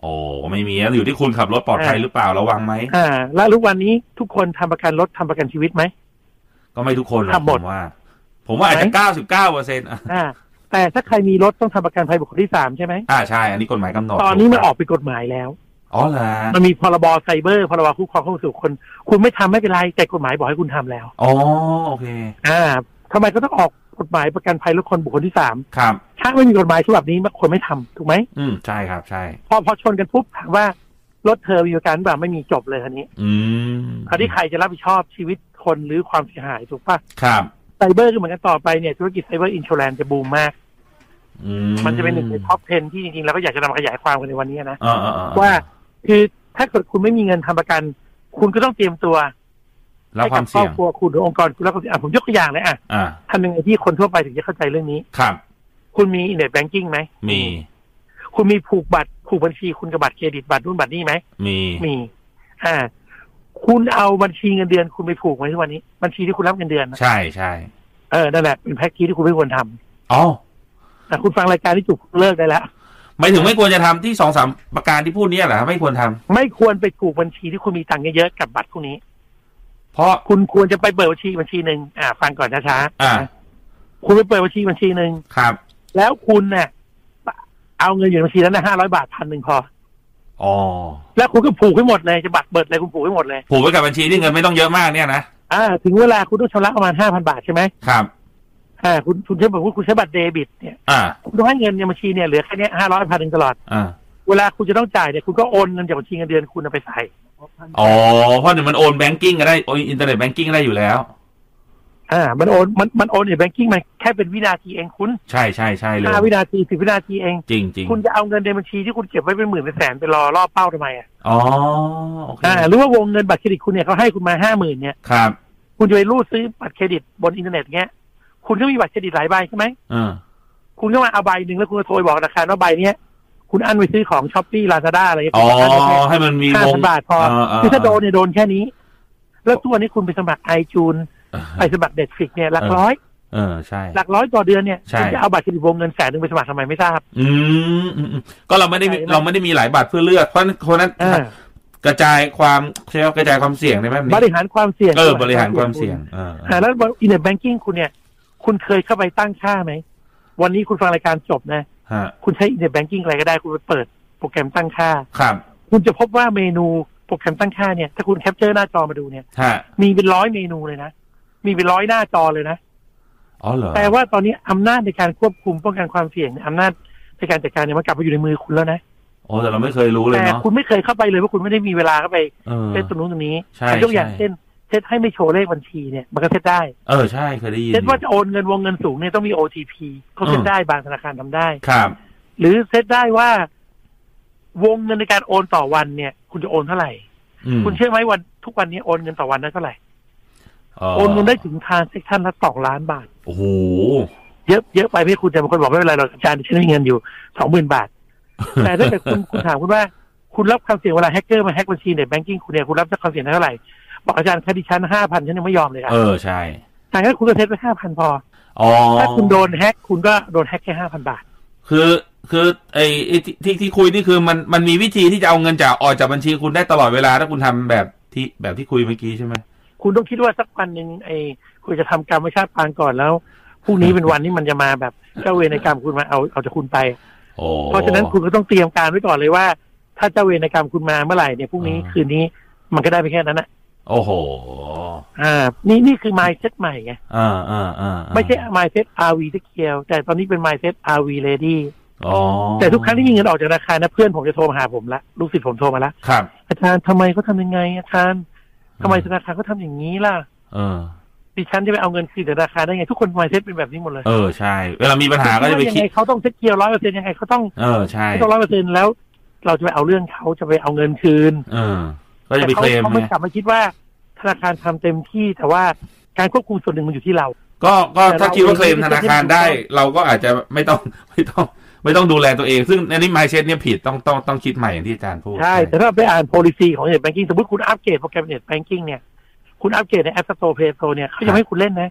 Speaker 2: โอ้ไม่มีนะอยู่ที่คุณขับรถปลอดภัยหรือเปล่าระวังไหม
Speaker 3: อ่า และทุกวันนี้ทุกคนทำประกันรถทำประกันชีวิตไหม
Speaker 2: ก็ไม่ทุกคนหรอก
Speaker 3: ทำหม
Speaker 2: ผ
Speaker 3: ด
Speaker 2: มว่า ผมว่าอาจจะ
Speaker 3: ไหม
Speaker 2: เก้าสิบเก้าเปอร์เซ็นต์
Speaker 3: อ่า แต่ถ้าใครมีรถต้องทำประกันภัยบุคคลที่สามใช่ไหม
Speaker 2: อ่าใช่ อันนี้กฎหมายกำหนด
Speaker 3: ตอนนี้มันออกเป็นกฎหมายแล้ว
Speaker 2: อ๋อเหรอ
Speaker 3: มันมีพรบไซเบอร์ พรบคุ้มครองข้อมูลส่วนบุคคลคุณไม่ทำไม่เป็นไร แต่กฎหมายบอกให้คุณทำแล้ว
Speaker 2: อ๋อโอเค
Speaker 3: อ่าทำไมก็ต้องออกกฎหมายประกันภัยรถคนบุคคลที่สาม
Speaker 2: ครับ
Speaker 3: ถ้าไม่มีกฎหมายฉบับนี้มันคนไม่ทำถูกไหม
Speaker 2: อืมใช่ครับใช่
Speaker 3: พอพอชนกันปุ๊บถามว่ารถเธอมีประกันหรือเปล่าไม่มีจบเลยคันนี้
Speaker 2: อืม
Speaker 3: คราวนี้ใครจะรับผิดชอบชีวิตคนหรือความเสียหายถูกปะ
Speaker 2: ครับ
Speaker 3: ไซเบอร์ก็เหมือนกันต่อไปเนี่ยธุรกิจไซเบอร์อินช r แ n นจะบูมมาก
Speaker 2: อื
Speaker 3: มันจะเป็นหนึ่งในท็อป 10 ที่จริงๆ แล้วก็อยากจะนำมาขยายความกันในวันนี้นะ
Speaker 2: อ่าอ่าอ่
Speaker 3: ว่าคือถ้าเกิดคุณไม่มีเงินทำประกัน คุณก็ต้องเตรียมตัว
Speaker 2: รับ
Speaker 3: ให้
Speaker 2: ความ
Speaker 3: กัครอ
Speaker 2: เสี่ย
Speaker 3: บ
Speaker 2: ง
Speaker 3: ครัวคุณหรือองค์กรคุณแล้วก็อ่ะผมยกตัวอย่างเลยอ่ะ
Speaker 2: อ่า
Speaker 3: ทำยังไงที่คนทั่วไปถึงจะเข้าใจเรื่องนี้
Speaker 2: ครับ
Speaker 3: คุณมีเน็ตแบงกิ้งไหม
Speaker 2: มี
Speaker 3: คุณมีผูกบัตรผูกบัญชีคุณกับบัตรเครดิตบัตรนู่นบัตรนี่ไหม
Speaker 2: มี
Speaker 3: มี อ่า คุณเอาบัญชีเงินเดือนคุณไปผูกไหมทุกวันนี้บัญชีที่คุณรับเงินเดือนนะ
Speaker 2: ใช่ใช่
Speaker 3: เออนั่นแหละเป็นแพ็กเกจที่คุณไม่ควรทำ
Speaker 2: อ๋อ
Speaker 3: แต่คุณฟังรายการที่จุกเลิกได้แล้ว
Speaker 2: หมายถึงไม่ควรจะทำที่สองสามประการที่พูดเนี้เหรอไม่ควรทำ
Speaker 3: ไม่ควรไปผูกบัญชีที่คุณมีตังค์เยอะๆกับบัตรพวกนี้
Speaker 2: เพราะ
Speaker 3: คุณควรจะไปเปิดบัญชีบัญชีหนึ่งอ่า ฟังก่อนช้าๆ
Speaker 2: อ่า
Speaker 3: คุณไปเปิดบัญชีบัญชีหนึ่ง
Speaker 2: ครับ
Speaker 3: แล้วคุณเนี่ยเอาเงินอยู่ในบัญชีนั้นนะห้าร้อยบาทพันหนึ่งพอ
Speaker 2: อ๋อ
Speaker 3: แล้วคุณก็ผูกให้หมดเลยจะบัตรเบิดอะไรคุณผูกให้หมดเลย
Speaker 2: ผูกไว้กับบัญชีที่เงินไม่ต้องเยอะมากเนี่ยนะ
Speaker 3: อ่า ถึงเวลาคุณต้องชำระประมาณห้าพันบาทใช่ไหม
Speaker 2: ครับ
Speaker 3: อ่าคุณคุณใช้บัตรคุณใช้บัตรเดบิตเนี่ย
Speaker 2: อ่า
Speaker 3: คุณต้องให้เงินในบัญชีเนี่ยเหลือแค่เนี้ห้าร้อยพันหนึ่งตลอด
Speaker 2: อ่า
Speaker 3: เวลาคุณจะต้องจ่ายเนี่ยคุณก็โอนเงินจากบัญชีเงินเดือนคุณเอาไปใส่
Speaker 2: อ๋อ เพราะเดี๋ยวมันโอนแบงกิ้งก็ได้ โอนอินเทอร์เน็ตแบงกิ้งก็ได้อยู่แล้ว
Speaker 3: อ่า มันโอนมันมันโอนในแบงกิ้งมันแค่เป็นวินาทีเองคุณ
Speaker 2: ใช่ใช่ใช่เลย
Speaker 3: ห้าวินาทีสิบวินาทีเอง
Speaker 2: จริงจริง
Speaker 3: คุณจะเอาเงินในบัญชีที่คุณเก็บไว้เป็นหมื่นเป็นแสนไปรอล่อเป้าทำไมอ่ะ
Speaker 2: อ๋อ โอเค
Speaker 3: อ่าหรือว่าวงเงินบัตรเครดิตคุณเนี่ยเขาให้คุณมาห้าหมื่นเนี่ย
Speaker 2: ครับ
Speaker 3: คุณจะไปรูดซื้อบัตรเครดิตบนอินเทอร์เน็ตเงี้ยคุณก็มีบัตรเครดิตหลายใบใช่ไหม
Speaker 2: อ่า
Speaker 3: คุณก็มาเอาใบหนึ่งแล้วคุณก็โทรไปบอกธนาคารว่าใบเนี้ย คุณอั้นไปซื้อของช้อปปี้ลาซาด้าอะไรอย่าง
Speaker 2: อ๋อ
Speaker 3: เงี้ยคุณอั้นไว้แค่
Speaker 2: ให้มันมี
Speaker 3: ห้าว
Speaker 2: ง
Speaker 3: พันบาทพอคือถ้าโดนเนี่ยโดนแค่นี้ แล้วทุกวันนี้คุณไปสมัครไอจูนไปสมัครเด็ดฟิกเนี่ยหลักร้อย
Speaker 2: เออ ใช่
Speaker 3: หลักร้อยต่อเดือนเนี่ย
Speaker 2: ใช่
Speaker 3: คุณจะเอาบัตรเครดิตวงเงินแสนหนึ่งไปสมัครทำไมไม่ทราบ
Speaker 2: อืมอืมอืมก็เราไม่ได้มี
Speaker 3: ใช่ไหม
Speaker 2: เราไม่ได้มีหลายบัตรเพื่อเลือกเพราะเพราะฉะนั้น
Speaker 3: อ่าก
Speaker 2: ระจายความเรียกว่ากระจายความเสี่ยงได้ไหมแบบ
Speaker 3: บ
Speaker 2: นี้
Speaker 3: ริหารความเสี่ยง
Speaker 2: เออบริหารความเสี่ยงเออเอ
Speaker 3: อ่า
Speaker 2: อ
Speaker 3: แล้วอินเน็ตแบงกิ้งคุณเนี่ย คุณเคยเข้าไปตั้งค่าไหม วันนี้คุณฟังรายการจบนะ
Speaker 2: ฮะ
Speaker 3: คุณใช้อินเน็ตแบงกิ้งอะไรก็ได้คุณไปเปิดโปรแกรมตั้งค่า
Speaker 2: ครับ
Speaker 3: คุณจะพบว่าเมนูโปรแกรมตั้งค่าเนี่ยถ้าคุณแคปเจอร์หน้าจอมาดูเนี่ย
Speaker 2: ฮะ
Speaker 3: มีเป็นร้อยเมนูเลยนะ มีเป็นร้อยหน้าจอเลยนะ
Speaker 2: อ๋อเหรอ
Speaker 3: แต่ว่าตอนนี้อำนาจในการควบคุมป้องกันความเสี่ยงเนี่ยอำนาจในการจัดการเนี่ยมันกลับมาอยู่ในมือคุณแล้วนะ
Speaker 2: โอ้แต่เราไม่เคยรู้เลย
Speaker 3: แต่
Speaker 2: เนาะ
Speaker 3: คุณไม่เคยเข้าไปเลยเพราะคุณไม่ได้มีเวลาเข้าไป
Speaker 2: เออ
Speaker 3: เซตตรงนู้นตรงนี้
Speaker 2: ใช่
Speaker 3: ยกอย่าง
Speaker 2: ใช่
Speaker 3: เช่นเซตให้ไม่โชว์เลขบัญชีเนี่ยมันก็เซตได้
Speaker 2: เออใช่เคยได้ยิน
Speaker 3: เซตว่าจะโอนเงินวงเงินสูงเนี่ยต้องมี OTP เขาเซตได้บางธนาคารทำได้
Speaker 2: ครับ
Speaker 3: หรือเซตได้ว่าวงเงินในการโอนต่อวันเนี่ย คุณจะโอนเท่าไหร่
Speaker 2: อืม
Speaker 3: คุณเชื่อไหมวันทุกวันนี้โอนเงินต่อวันได้เท่าไหร่
Speaker 2: เ
Speaker 3: โอนเงินได้ถึงทานเซ็กชันละสองล้านบาท
Speaker 2: โอ้โห
Speaker 3: เยอะเยอะไปพี่คุณแต่บางคนบอกไม่เป็นไรหรอกอาจารย์ฉันมีเงินอยู่สองหมื่นบาท แต่ถ้าเกิดคุณคุณถามคุณว่า คุณรับความเสี่ยงเวลาแฮกเกอร์มาแฮกบัญชีเน็ตแบงกิ้งคุณเนี่ยคุณรับจากความเสี่ยงเท่าไหร่ บอกอาจารย์คดีชั้นห้าพันฉันยังไม่ยอมเลยครับ
Speaker 2: เออใช่
Speaker 3: แต่งั้นคุณก็เซ็ตไปห้าพันพอ
Speaker 2: อ๋อ
Speaker 3: ถ้าคุณโดนแฮกคุณก็โดนแฮกแค่ห้าพันบาท
Speaker 2: คือ คือไอ้ไอ้ที่ที่ที่คุยนี่คือมันมันมีวิธีที่จะเอาเงินจากออกจากบัญชีคุณได้ตลอดเวลาถ้าคุณทำแบบที่แบบที่คุยเมื่อกี้ใช่ไหม
Speaker 3: คุณต้องคิดว่าสักวันหนึ่งไอ้คุณจะทำกรรมไม่ชาติปางก่อนแล้วพรุ่งนี้เป็นวันที่มันจะมา แบบเจ้าเวรในกรรมคุณมาเอาเอาจากคุณไป
Speaker 2: โอ้
Speaker 3: เพราะฉะนั้นคุณก็ต้องเตรียมการไว้ก่อนเลยว่า ถ้าเจ้าเวรกรรมคุณมาเมื่อไหร่เนี่ยพรุ่งนี้
Speaker 2: อ่า
Speaker 3: คืนนี้มันก็ได้ไปแค่นั้นนะ
Speaker 2: โอ้โห
Speaker 3: อ่า นี่นี่คือ mindset ใหม่ไง
Speaker 2: อ่าอ่าอ่า
Speaker 3: ไม่ใช่ mindset RV ที่เคียวแต่ตอนนี้เป็น mindset RV lady
Speaker 2: อ๋อ
Speaker 3: แต่ทุกครั้งที่มีเงินออกจากธนาคารนะเพื่อนผมจะโทรมาหาผมละลูกศิษย์ผมโทรมาละ
Speaker 2: ครับ
Speaker 3: อาจารย์ทำไมเขาทำยังไง อาจารย์ทำไมธนาคารเขาทำอย่างนี้ล่ะ
Speaker 2: เออ
Speaker 3: ดิฉันจะไปเอาเงินคืนจากธนาคารได้ไงทุกคน mindset เป็นแบบนี้หมดเลย
Speaker 2: เออใช่ เวลามีปัญหาก็จะไป
Speaker 3: ยัง
Speaker 2: คิ
Speaker 3: ไง
Speaker 2: ด
Speaker 3: เขาต้องเช็คเกียร์ร้อยเปอร์เซ็นต์ยังไงเขาต้อง
Speaker 2: เออใช่
Speaker 3: เขาต้องร้อยเปอร์เซ็นต์แล้ว เราจะไปเอาเรื่องเขาจะไปเอาเงินคืน
Speaker 2: เออ ก็จะไปเคลม
Speaker 3: เขาไม่
Speaker 2: ไง
Speaker 3: กลับมาคิดว่าธนาคารทำเต็มที่แต่ว่าการควบคุมส่วนหนึ่งมันอยู่ที่เรา
Speaker 2: ก็ก็
Speaker 3: แต่เรา
Speaker 2: ถ้าคิดว่าเคลม
Speaker 3: เอง
Speaker 2: ธนาคารได้
Speaker 3: ไม่ได้
Speaker 2: เราก็อาจจะ ไม่ต้องไม่ต้อง ไม่ต้องดูแลตัวเอง ซึ่งอันนี้ไมเช็ดเนี่ยผิดต้องต้องต้องคิดใหม่อย่างที่อาจารย์พูด
Speaker 3: ใช่ แต่ถ้าไปอ่าน policy ของ net banking สมมติคุณอัปเกรดโปรแกรม net banking เนี่ย คุณอัปเกรดใน app store play store เนี่ยเขายังไม่ให้คุณเล่นนะ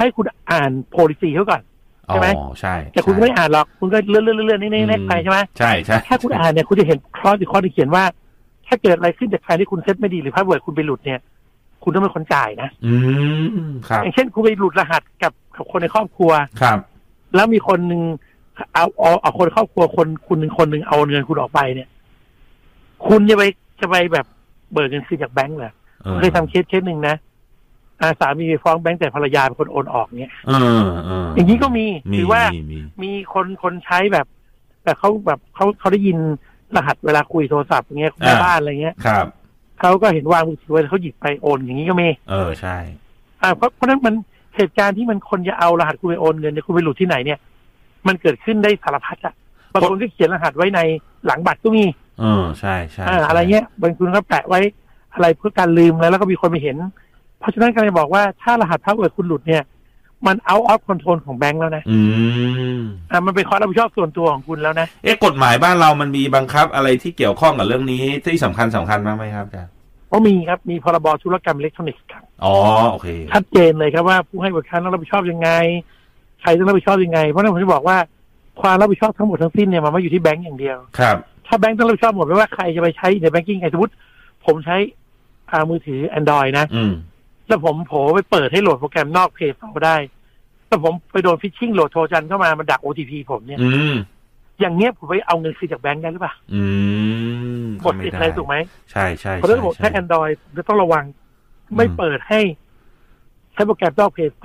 Speaker 3: ให้คุณอ่าน policy เขาก่อน
Speaker 2: อ๋
Speaker 3: ใช่
Speaker 2: อ
Speaker 3: ไหม
Speaker 2: ใช่
Speaker 3: แต่คุณก็ไม่ได้อ่านหรอกคุณก็เลื่อนเลื่อนเลื่อนนี่นี่นี่ไปใช่ไหม
Speaker 2: ใช่ใช่
Speaker 3: ถ้าคุณอ่านเนี่ยคุณจะเห็นคลอสอีกข้อที่เขียนว่า ถ้าเกิดอะไรขึ้นจากการที่คุณเซตไม่ดีหรือพาสเวิร์ดคุณไปหลุดเนี่ย คุณต้องเป็นคนจ่ายนะ
Speaker 2: อืมครับ
Speaker 3: อย่างเช่นคุณไปหลุดรหัสกับกับคนในครอบครัว
Speaker 2: ครับ
Speaker 3: แล้วมีคนหนึ่งเอาเอาเอาคนครอบครัวคนคุณหนึ่งคนหนึ่งเอาเงินคุณออกไปเนี่ย คุณจะไปจะไปแบบเบิกเงินคืนจากแบงก์เหรอ
Speaker 2: เออ
Speaker 3: เคยทำเคสเคสหนึ่งนะอาสามีไปฟ้องแบงก์แต่ภรรยาเป็นคนโอนออกเนี่ย
Speaker 2: เออเออ
Speaker 3: อ
Speaker 2: อย่าง
Speaker 3: นี้ก็มี
Speaker 2: มี
Speaker 3: หรือว่า
Speaker 2: มีมี
Speaker 3: มีคนคนใช้แบบ แต่เขาแบบเขาเขาได้ยินรหัสเวลาคุยโทรศัพท์อย่างเงี้ยแม่บ้านอะไรเงี้ย
Speaker 2: ครับ
Speaker 3: เขาก็เห็นวางมือถือไว้แล้วเขาหยิบไปโอนอย่างนี้ก็มี
Speaker 2: เออใช่
Speaker 3: อ่าเพราะเพราะฉะนั้นมันเหตุการณ์ที่มันคนจะเอารหัสคุณไปโอนเงินเนี่ยคุณไปหลุดที่ไหนเนี่ย มันเกิดขึ้นได้สารพัดอะบางคนก็เขียนรหัสไว้ในหลังบัตรก็มี
Speaker 2: เออใช่ใช่
Speaker 3: อ่าอะไรเงี้ยบางคนก็แปะไว้อะไรเพื่อการลืมแล้วแล้วก็มีคนไปเห็น เพราะฉะนั้นกำลังจะบอกว่าถ้ารหัสพาสเวิร์ดคุณหลุดเนี่ย มันเอาออฟคอนโทรลของแบงก์แล้วนะ
Speaker 2: อืม
Speaker 3: อ่ามันเป็นความรับผิดชอบส่วนตัวของคุณแล้วนะ
Speaker 2: เอ๊ะกฎหมายบ้านเรามันมีบังคับอะไรที่เกี่ยวข้องกับเรื่องนี้ที่สำคัญสำคัญบ้างไหมครับอาจารย์
Speaker 3: เพราะมีครับมีพรบธุรกรรมอิเล็กทรอนิกส์ครับ
Speaker 2: อ๋อโอเค
Speaker 3: ชัดเจนเลยครับว่าผู้ให้บริการต้องรับผิดชอบยังไงใครต้องรับผิดชอบยังไงเพราะฉะนั้นผมจะบอกว่าความรับผิดชอบทั้งหมดทั้งสิ้นเนี่ยมันไม่อยู่ที่แบงก์อย่างเดียว
Speaker 2: ครับ
Speaker 3: ถ้าแบงค์ต้องรับผิดชอบหมดไม่ว่าใครจะไปใช้ในแบงกิ้งไงสมมติผมใช้อ่ามือถือ Android นะ
Speaker 2: อืม
Speaker 3: แล้วผมโผล่ไปเปิดให้โหลดโปรแกรมนอกเพย์โซได้แล้วผมไปโดนฟิชชิ่งโหลดโทรจันทร์เข้ามามันดัก OTP ผมเนี่ย
Speaker 2: อืม
Speaker 3: อย่างเงี้ยผมไปเอาเงินคืนจากแบงค์ได้หรือเปล่า
Speaker 2: อืม
Speaker 3: หมดสิทธิ์อะไรถูกไหม
Speaker 2: ใช่ใช่
Speaker 3: เพ
Speaker 2: ใช่
Speaker 3: ราะฉะนั้นผมใช้
Speaker 2: ใช่
Speaker 3: Android ผมจะต้องระวัง ไม่เปิดให้ใช้โปรแกรมนอกเพย์โซ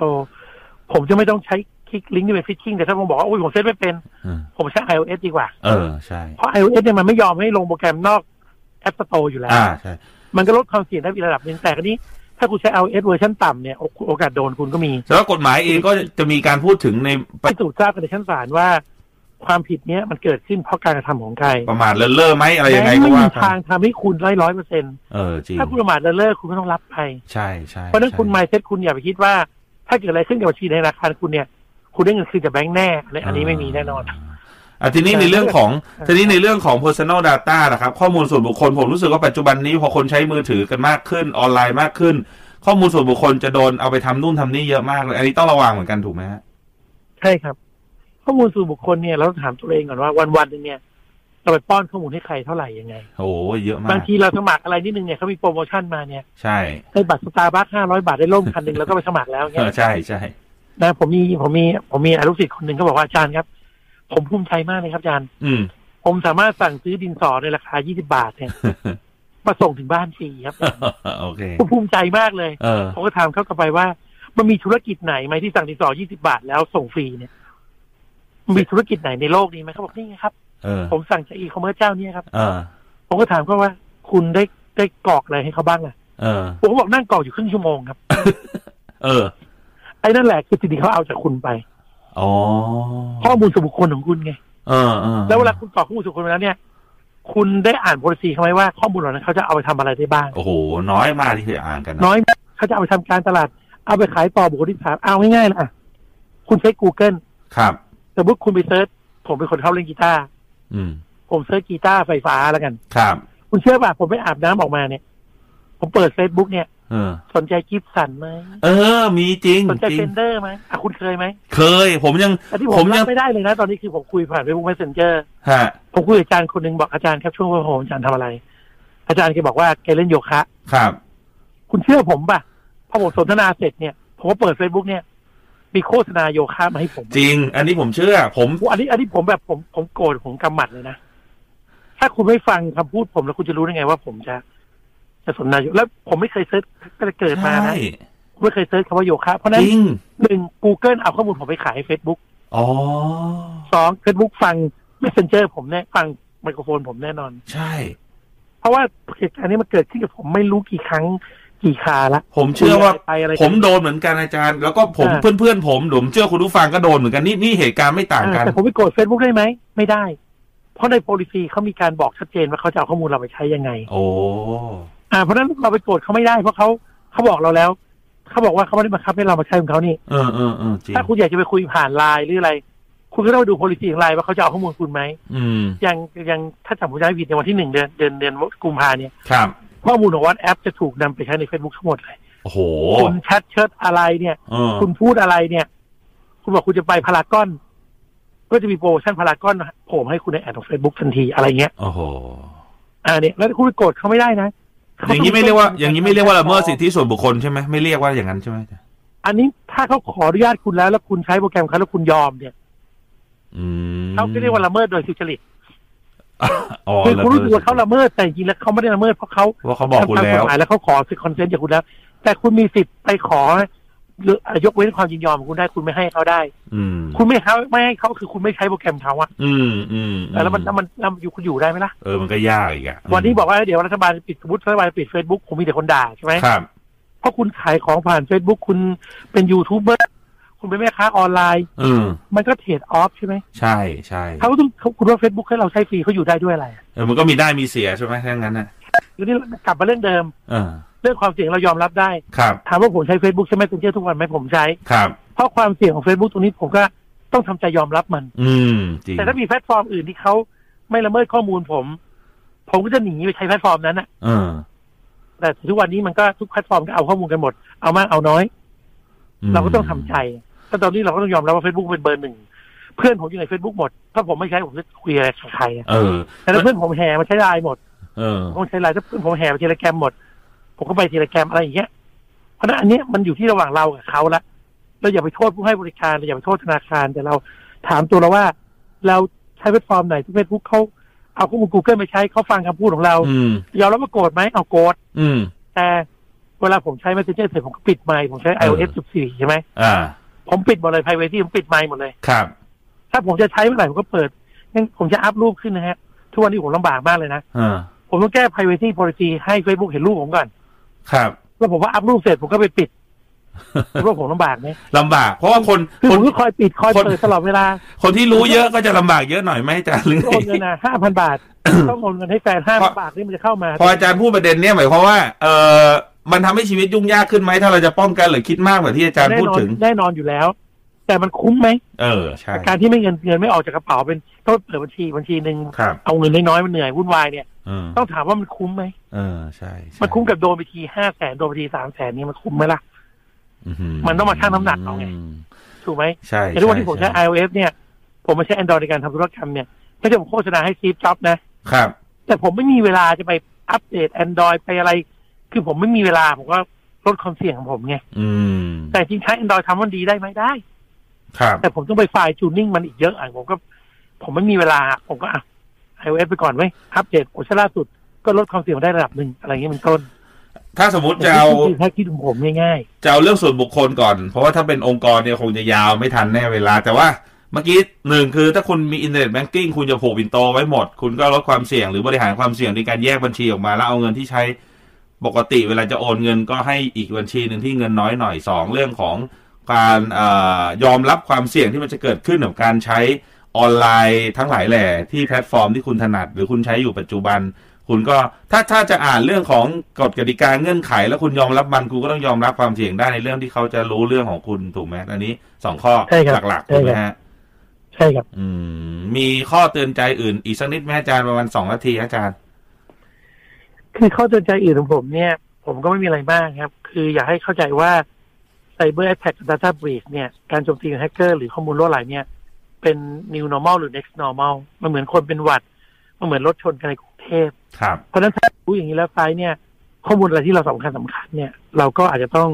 Speaker 3: ผมจะไม่ต้องใช้คลิกลิงก์ที่เป็นฟิชชิ่งแต่ถ้าผมบอกว่าโอ้ยผมเซตไม่เป็น
Speaker 2: เออ
Speaker 3: ผมใช้ iOS ดีกว่า
Speaker 2: เออใช่
Speaker 3: เพราะ iOS เนี่ยมันไม่ยอมให้ลงโปรแกรมนอก App Store อยู่แล้ว
Speaker 2: อ่าใช่
Speaker 3: มันก็ลดความเสี่ยงได้อีกระดับหนึ่งแต่คราวนี้ถ้าคุณใช้ iOS เวอร์ชันต่ำเนี่ยโอโอกาสโดนคุณก็มี
Speaker 2: แต่ว่ากฎหมายเองก็จะมีการพูดถึงในป
Speaker 3: พิสูจน์ทราบกันในชั้นศาลว่า ความผิดเนี้ยมันเกิดขึ้นเพราะการกระทำของใคร
Speaker 2: ประมาทเลินเล่อไหมอะไรยังไง
Speaker 3: แม้
Speaker 2: ก็
Speaker 3: ไม่
Speaker 2: ว่า
Speaker 3: มี
Speaker 2: ไป
Speaker 3: ทางทำให้คุณได้ร้อยเปอร์เซ็นต์
Speaker 2: เออจริง
Speaker 3: ถ้าคุณประมาทเลินเล่อคุณก็ต้องรับไป
Speaker 2: ใช่ใช่
Speaker 3: เพราะฉะนั้นคุณ
Speaker 2: ใช่
Speaker 3: ไมเซ็ตคุณอย่าไปคิดว่า ถ้าเกิดอะไรขึ้นกับบัญชีในธนาคารคุณเนี่ย คุณได้เงินคืนจากแบงค์แน่อันนี้อันนี้ไม่มีแน่นอน
Speaker 2: อ่ะทีนี้
Speaker 3: แต่
Speaker 2: ในเรื่องของ
Speaker 3: ออ
Speaker 2: ทีนี้ในเรื่องของ personal data นะครับข้อมูลส่วนบุคคลผมรู้สึกว่าปัจจุบันนี้พอคนใช้มือถือกันมากขึ้นออนไลน์มากขึ้น ข้อมูลส่วนบุคคลจะโดนเอาไปทำนู่นทำนี่เยอะมากเลย อันนี้ต้องระวังเหมือนกันถูกไหมฮะ
Speaker 3: ใช่ครับ ข้อมูลส่วนบุคคลเนี่ยเราต้องถามตัวเองก่อนว่าวันวันๆหนึ่งเนี่ยเราไปป้อนข้อมูลให้ใครเท่าไหร่ยังไง
Speaker 2: โอ้โหเยอะมา
Speaker 3: บาง
Speaker 2: ก
Speaker 3: ทีเราสมัครอะไรนิดนึงเนี่ยเขามีโปรโมชั่นมาเนี่ย
Speaker 2: ใช่
Speaker 3: ได้บัตรสตาร์บัคห้าร้อยบาทได้ร่มคันหนึ่งแล้วก็ไปสมัครแล้ว
Speaker 2: เอ
Speaker 3: เงี้ย
Speaker 2: อใช่ใช่
Speaker 3: นะผมมีผมมีผมมีลูกศิษย์คนหนึ่งก็บอกว่าอาจารย์ครับ ผมภูมิใจมากเลยครับอาจารย์
Speaker 2: อืม
Speaker 3: ผมสามารถสั่งซื้อดินสอในราคา 20 บาทเนี่ยมาส่งถึงบ้านฟรีครับ
Speaker 2: โอเค
Speaker 3: ผมภูมิใจมากเลย
Speaker 2: เออ
Speaker 3: ผมก็ถามเขากลับไปว่า มันมีธุรกิจไหนไหมที่สั่งดินสอ 20 บาทแล้วส่งฟรีเนี่ยมันมีธุรกิจไหนในโลกนี้ไหมเขาบอกนี่ไงครับ
Speaker 2: เออ
Speaker 3: ผมสั่งจากอีคอมเมิร์ซเจ้าเนี่ยครับ
Speaker 2: เออ
Speaker 3: ผมก็ถามเขาว่า คุณได้ได้กรอกอะไรให้เขาบ้างล่ะ
Speaker 2: เออ
Speaker 3: ผมก็บอกนั่งกรอกอยู่ครึ่งชั่วโมงครับ
Speaker 2: เออ
Speaker 3: ไอ้นั่นแหละคือสิ่งที่เขาเอาจากคุณไป
Speaker 2: อ๋อ
Speaker 3: ข้อมูลส่วนบุคคลของคุณไง
Speaker 2: เออเออ
Speaker 3: แล้วเวลาคุณกรอกข้อมูลส่วนบุคคลไปแล้วเนี่ย คุณได้อ่านโพลิซีเขาไหมว่าข้อมูลเหล่านั้นเขาจะเอาไปทำอะไรได้บ้าง
Speaker 2: โอ้โหน้อยมากที่เคยอ่านกันนะ
Speaker 3: น้อยมากเขาจะเอาไปทำการตลาด เอาไปขายต่อบุคคลที่สามเอาง่ายๆเลยอ่ะ คุณใช้ Google
Speaker 2: ครับ
Speaker 3: สมมติคุณไปเซิร์ชผมเป็นคนเข้าเล่นกีตาร์
Speaker 2: อืม
Speaker 3: ผมเซิร์ชกีตาร์ไฟฟ้าแล้วกัน
Speaker 2: ครับ
Speaker 3: คุณเชื่อป่ะผมไปอาบน้ำออกมาเนี่ย ผมเปิด Facebook เนี่ย
Speaker 2: เออ
Speaker 3: สนใจกิฟสันไหม
Speaker 2: เออ มีจริง
Speaker 3: สนใจ
Speaker 2: จริ
Speaker 3: เฟ
Speaker 2: ง
Speaker 3: นเดอร์ไหมอ่ะคุณเคยไหม
Speaker 2: เคย ผมยัง
Speaker 3: แต่ที่
Speaker 2: ผ
Speaker 3: ผม
Speaker 2: มยั
Speaker 3: รั
Speaker 2: ง
Speaker 3: บไม่ได้เลยนะ ตอนนี้คือผมคุยผ่านเฟซบุ๊กเมสเซนเจอร์
Speaker 2: ฮะ
Speaker 3: ผมคุยกับอาจารย์คนหนึ่งบอกอาจารย์ครับช่วงวันผมอาจารย์ทำอะไร อาจารย์แกบอกว่าแกเล่นโยคะ
Speaker 2: ครับ
Speaker 3: คุณเชื่อผมป่ะพอผมสนทนาเสร็จเนี่ย ผมก็เปิดเฟซบุ๊กเนี่ย มีโฆษณาโยคะมาให้ผม
Speaker 2: จริง อันนี้ผมเชื่อ ผม
Speaker 3: อันนี้อันนี้ผมแบบผมผมโกรธผมกำหมัดเลยนะ ถ้าคุณไม่ฟังคำพูดผมแล้วคุณจะรู้ได้ไงว่าผมจะจะสนทนาอยู่แล้วผมไม่เคยเซิร์ชก็จะเกิดมา
Speaker 2: ใช่
Speaker 3: นะผมไม่เคยเซิร์ชคำว่าโยคะเพราะ
Speaker 2: จ
Speaker 3: ฉะนั้น
Speaker 2: ริง
Speaker 3: หนึ่ง Google เอาข้อมูลผมไปขายให้ Facebook
Speaker 2: อ๋อ
Speaker 3: สอง Facebook ฟัง Messenger ผมแน่ฟังไมโครโฟนผมแน่นอน
Speaker 2: ใช่
Speaker 3: เพราะว่าเหตุการณ์นี้มันเกิดขึ้นกับผมไม่รู้กี่ครั้งกี่คราละ
Speaker 2: ผมเชื่อว่า
Speaker 3: คุยะไรไปอะไรกัน
Speaker 2: ผมโดนเหมือนกันอาจารย์ แล้วก็ผม
Speaker 3: อ่า
Speaker 2: เพื่อนเพื่อนๆผมผมเชื่อคุณผู้ฟังก็โดนเหมือนกันนี่นี่เหตุการณ์ไม่ต่างกัน
Speaker 3: แต่ผมไปโกรธ Facebook ได้ไหม ไม่ได้ เพราะใน policy เขามีการบอกชัดเจนว่าเขาจะเอาข้อมูลเราไปใช้ยังไง
Speaker 2: โอ้
Speaker 3: อ่าเพราะฉะนั้นเราไปโกรธเขาไม่ได้เพราะเขาเขาบอกเราแล้ว เขาบอกว่าเขาไม่ได้บังคับให้เรามาใช้ของเขานี่
Speaker 2: เออเออเออจริง
Speaker 3: ถ้าคุณอยากจะไปคุยผ่านไลน์หรืออะไร คุณก็ต้องไปดู policy ของไลน์ว่าเขาจะเอาข้อมูลคุณไหม
Speaker 2: อืม
Speaker 3: อย่างอย่างถ้าจำผมจำไม่ผิดในวันที่หนึ่งเดือนเดือนเดือนกุมภาเนี่ย
Speaker 2: ครับ
Speaker 3: ข้อมูลของว a ตแอปจะถูกนำไปใช้ใน Facebook ทั้งหมดเลย
Speaker 2: โอ้โห
Speaker 3: คุณแชทเชิดอะไรเนี่ย
Speaker 2: เออ
Speaker 3: คุณพูดอะไรเนี่ย คุณบอกคุณจะไปพารากอน ก็จะมีโปรโมชั่นพารากอนโผมให้คุณในแอดของ Facebook ทันทีอะไรเงี้ย
Speaker 2: โอ้โห
Speaker 3: อ่าเนี่ยแล้วคุณไปโกรธเขาไม่ได้นะข
Speaker 2: อย่างนี้ไม่เรียกว่า อย่างนี้ไม่เรียกว่าละเมิดสิทธิส่วนบุคคลใช่ไหมไม่เรียกว่าอย่างนั้นใช่ไหมอาจารย์
Speaker 3: อันนี้ถ้าเขาขออนุญาตคุณแล้ว แล้วคุณใช้โปรแกรมเขาแล้วคุณยอมเนี่ย
Speaker 2: อืม
Speaker 3: เขาก็เรียกว่าละเมิดโดยสุจริต
Speaker 2: อ๋อ
Speaker 3: คือคุณรู้สึก
Speaker 2: เมิด
Speaker 3: ว่าเขาละเมิดแต่จริงๆแล้วเขาไม่ได้ละเมิดเพราะเขา
Speaker 2: ว่าเขาบอกคุณ
Speaker 3: ทำตา
Speaker 2: แล้ว
Speaker 3: มกฎหมายแล้วเขาขอสิทธิ์คอนเซนต์จากคุณแล้ว แต่คุณมีสิทธิ์ไปขอหรืออ่ะยกเว้นความยินยอมของคุณได้คุณไม่ให้เขาได้
Speaker 2: อืม
Speaker 3: คุณไม่ให้เขาไม่ให้เขาคือคุณไม่ใช้โปรแกรมเขาอะ
Speaker 2: อืมอืมอื
Speaker 3: แล้วมันแล้วมันแล้วมันอยู่คุณอยู่ได้ไหมล่ะ
Speaker 2: เออมันก็ยากอีกอะ
Speaker 3: วันนี้บอกว่าเดี๋ยวรัฐบาลจะปิดสมมติรัฐบาลจะปิด Facebook ผมมีแต่คนด่าใช่ไหม
Speaker 2: ครับ
Speaker 3: เพราะคุณขายของผ่าน Facebook คุณเป็นยูทูบเบอร์คุณเป็นแม่ค้าออนไลน์
Speaker 2: เออ
Speaker 3: มันก็เทรดออฟใช่ไหม
Speaker 2: ใช่ใช่
Speaker 3: เขาต้องเขาคุณว่า Facebook ให้เราใช้ฟรีเขาอยู่ได้ด้วยอะไร
Speaker 2: เออมันก็มีได้มีเสียใช่ไหมถ้างั้นน่ะ
Speaker 3: ทีนี้กลับมาเรื่องเดิม
Speaker 2: เออ
Speaker 3: เรื่องความเสี่ยงเรายอมรับได้
Speaker 2: ครับ
Speaker 3: ถามว่าผมใช้ Facebook ใช่ไหมเซ็นเจอร์ทุกวันไหมผมใช้
Speaker 2: ครับ
Speaker 3: เพราะความเสี่ยงของ Facebook ตรงนี้ผมก็ต้องทำใจยอมรับมัน
Speaker 2: อืม จริง
Speaker 3: แต่ถ้ามีแพลตฟอร์มอื่นที่เขาไม่ละเมิดข้อมูลผม ผมก็จะหนีไปใช้แพลตฟอร์มนั้นนะ
Speaker 2: เออ
Speaker 3: แต่ทุกวันนี้มันก็ทุกแพลตฟอร์มก็เอาข้อมูลกันหมดเอามากเอาน้อย
Speaker 2: ม
Speaker 3: เราก็ต้องทำใจแต่ตอนนี้เราก็ต้องยอมรับว่า Facebook เป็นเบอร์หนึ่ง เพื่อนผมอยู่ใน Facebook หมด ถ้าผมไม่ใช้ผมจะคุยอะไรกับใครอะ
Speaker 2: เออ
Speaker 3: แต่ถ้าเพื่อนผมแห่มาใช้ไลน์หมด
Speaker 2: เออ
Speaker 3: ผมใช้ไลน์ถ้าเพื่อนผมแห่มาเทเลแกรมหมด ผมก็ไปเทเลแกรมอะไรอย่างเงี้ย เพราะฉะนั้นอันเนี้ยมันอยู่ที่ระหว่างเรากับเขาละ เราอย่าไปโทษผู้ให้บริการเราอย่าไปโทษธนาคาร แต่เราถามตัวเราว่า เราใช้แพลตฟอร์มไหนที่เฟซบุ๊กเขาเอาข้อมูล Google มาใช้เขาฟังคำพูดของเรา
Speaker 2: อืม
Speaker 3: ยอมรับว่าโกรธไหมเอาโกรธ
Speaker 2: อืม
Speaker 3: แต่เวลาผมใช้ Messenger เสร็จผมก็ปิดไมค์ผมใช้ iOS 14ใช่ไหม
Speaker 2: อ่า
Speaker 3: ผมปิดหมดเลย private ผมปิดไมค์หมดเลย
Speaker 2: ครับ
Speaker 3: ถ้าผมจะใช้เมื่อไหร่ผมก็เปิดงั้นผมจะอัพรูปขึ้นนะฮะ ทุกวันนี้ผมลำบากมากเลยนะ
Speaker 2: เออ
Speaker 3: ผมต้องแก้ private policy ให้ Facebook เห็นรูปผมก่อน
Speaker 2: ครับ
Speaker 3: แล้วผมว่าอัพรูปเสร็จผมก็ไปปิดรูปผมลำบากไหม
Speaker 2: ลำบาก เพราะว่าคน
Speaker 3: คือ
Speaker 2: ค
Speaker 3: ผ
Speaker 2: น
Speaker 3: มก็คอยปิดคอยเปิดตลอดเวลา
Speaker 2: คนที่รู้เยอะก็จะลำบากเยอะหน่อยไหมอาจารย์หรือไง
Speaker 3: โอนเงินนะห้าพัน บาท ต้องโอนเงินให้แฟนห้าพันบาทนี่มันจะเข้ามา
Speaker 2: พออาจารย์พูดประเด็นเนี้ยหมายความว่า เออมันทำให้ชีวิตยุ่งยากขึ้นไหมถ้าเราจะป้องกันหรือคิดมากแบบที่อาจารย์
Speaker 3: แน่
Speaker 2: พูด
Speaker 3: นอน
Speaker 2: ถึง
Speaker 3: แน่นอนอยู่แล้ว แต่มันคุ้มไหม
Speaker 2: เออ ใช่
Speaker 3: การที่ไม่เงินเงินไม่ออกจากกระเป๋าเป็นต้องเปิดบัญชีบัญชีหนึ่ง
Speaker 2: ครับ
Speaker 3: เอาเงินน้อยๆมันเหนื่อยวุ่นวายเนี่ย
Speaker 2: เออ
Speaker 3: ต้องถามว่ามันคุ้มไหม
Speaker 2: เออ ใช่ใช่
Speaker 3: มันคุ้มกับโดนไปทีห้าแสนโดนไปทีสามแสนนี่มันคุ้มไหมล่ะ
Speaker 2: อื้อหื
Speaker 3: มันต้องมาชั่งน้ำหนักเอาไง ถูกไหม
Speaker 2: ใช่
Speaker 3: แต่ทุกวันที่ผมใช้
Speaker 2: ช่
Speaker 3: iOS เนี่ย ผมมาใช้ Android ในการทำธุรกรรมเนี่ยไม่ใช่ผมโฆษณาให้ซีฟจ็อบนะ
Speaker 2: ครับ
Speaker 3: แต่ผมไม่มีเวลาจะไปอัปเดต Android ไปอะไร คือผมไม่มีเวลา ผมก็ลดความเสี่ยงของผมไง
Speaker 2: อืม
Speaker 3: แต่จริงๆใช้ Android ทำมันดีได้ไหมได้
Speaker 2: ครับ
Speaker 3: แต่ผมต้องไปไฟล์จูนนิ่งมันอีกเยอะอ่ะผมก็ ผมไม่มีเวลา ผมก็อ่ะ iOS ไปก่อนไว้ยอัปเดตโอชั่นล่าสุด ก็ลดความเสี่ยงได้ระดับหนึ่งอะไรอย่างเงี้ยเป็นต้น
Speaker 2: ถ้าสมมติจะเอา
Speaker 3: นี่คือแค่คิดของผมง่าย
Speaker 2: จะเอาเรื่องส่วนบุคคลก่อน เพราะว่าถ้าเป็นองค์กรเนี่ยคงจะยาวไม่ทันแน่เวลา แต่ว่าเมื่อกี้หนึ่งคือถ้าคุณมีอินเทอร์เน็ตแบงกิ้งคุณจะผูกบินโตไว้หมด คุณก็ลดความเสี่ยงหรือบริหารความเสี่ยงในการแยกบัญชีออกมา แล้วเอาเงินที่ใช้ปกติเวลาจะโอนเงินก็ให้อีกบัญชีหนึ่งที่เงินน้อยหน่อยสองเรื่องของการเออยอมรับความเสี่ยงที่มันจะเกิดขึ้นกับการใช้ออนไลน์ทั้งหลายแหล่ที่แพลตฟอร์มที่คุณถนัด หรือคุณใช้อยู่ปัจจุบัน คุณก็ถ้าถ้าจะอ่านเรื่องของกฎกติกาเงื่อนไข แล้วคุณยอมรับมันคุณก็ต้องยอมรับความเสี่ยงได้ในเรื่องที่เขาจะรู้เรื่องของคุณถูกไหมอันนี้สองข้อ
Speaker 3: ใช่ครับ
Speaker 2: หลักๆ
Speaker 3: ใช่
Speaker 2: ถูกไหม
Speaker 3: ครับ
Speaker 2: ฮะ
Speaker 3: ๆ ใช่ครับ
Speaker 2: อืม มีข้อเตือนใจอื่นอีกสักนิดไหมอาจารย์ประมาณสองนาทีอาจารย์
Speaker 3: คือเข้าใจอื่นของผมเนี่ย ผมก็ไม่มีอะไรมากครับ คืออยากให้เข้าใจว่าไซเบอร์แอ a แทกดัตต้าบรีดเนี่ย การโจมตีของแฮกเกอร์หรือข้อมูลรั่วไหลเนี่ย เป็น new normal หรือ next normal มันเหมือนคนเป็นหวัด มันเหมือนรถชนกันในกรุงเทพ
Speaker 2: ครับ
Speaker 3: เพราะฉะนั้นถ้ารู้อย่างนี้แล้วไซต์เนี่ย ข้อมูลอะไรที่เราสำคัญสำคัญเนี่ย เราก็อาจจะต้อง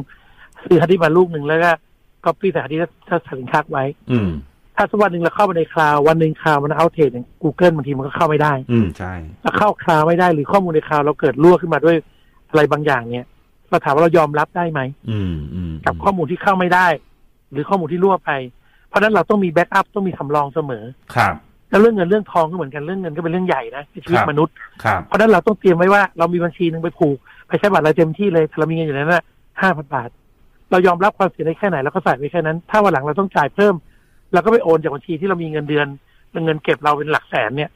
Speaker 3: ซื้อฮัตดิบันลูกหนึ่งแล้วก็ copy ใส่ฮัตดิทัศน์สินค้าไว้
Speaker 2: อืม
Speaker 3: ถ้าสักวันหนึ่งเราเข้าไปในคลาววันหนึ่งคลาวมันเอาเทรดอย่าง Google บางทีมันก็เข้าไม่ได้
Speaker 2: อืมใช่
Speaker 3: ถ้าเข้าคลาวไม่ได้หรือข้อมูลในคลาวเราเกิดรั่วขึ้นมาด้วยอะไรบางอย่างเนี่ยเราถามว่าเรายอมรับได้ไหม
Speaker 2: อืมอืม
Speaker 3: กับข้อมูลที่เข้าไม่ได้ หรือข้อมูลที่รั่วไป เพราะฉะนั้นเราต้องมีแบ็กอัพต้องมีสำรองเสมอ
Speaker 2: ครับ
Speaker 3: แล้วเรื่องเงินเรื่องทองก็เหมือนกันเรื่องเงินก็เป็นเรื่องใหญ่นะในชีวิ
Speaker 2: ค
Speaker 3: ต
Speaker 2: รับ
Speaker 3: มนุษย์
Speaker 2: ครับ
Speaker 3: เพราะฉะนั้นเราต้องเตรียมไว้ว่าเรามีบัญชีหนึ่งไปผูก ไปใช้บัตรรายเต็มที่เลยแต่เรามีเงินอยู่ในนั้นห้าพันะ5,000 บาท เรายอมรับความเสี่ยงได้แค่ไหนเราก็ใส่ไว้แค่นั้น ถ้าวันหลังเราต้องจ่ายเพิ่มเราก็ไปโอนจากบัญชีที่เรามีเงินเดือนเป็นเงินเก็บเราเป็นหลักแสนเนี่ย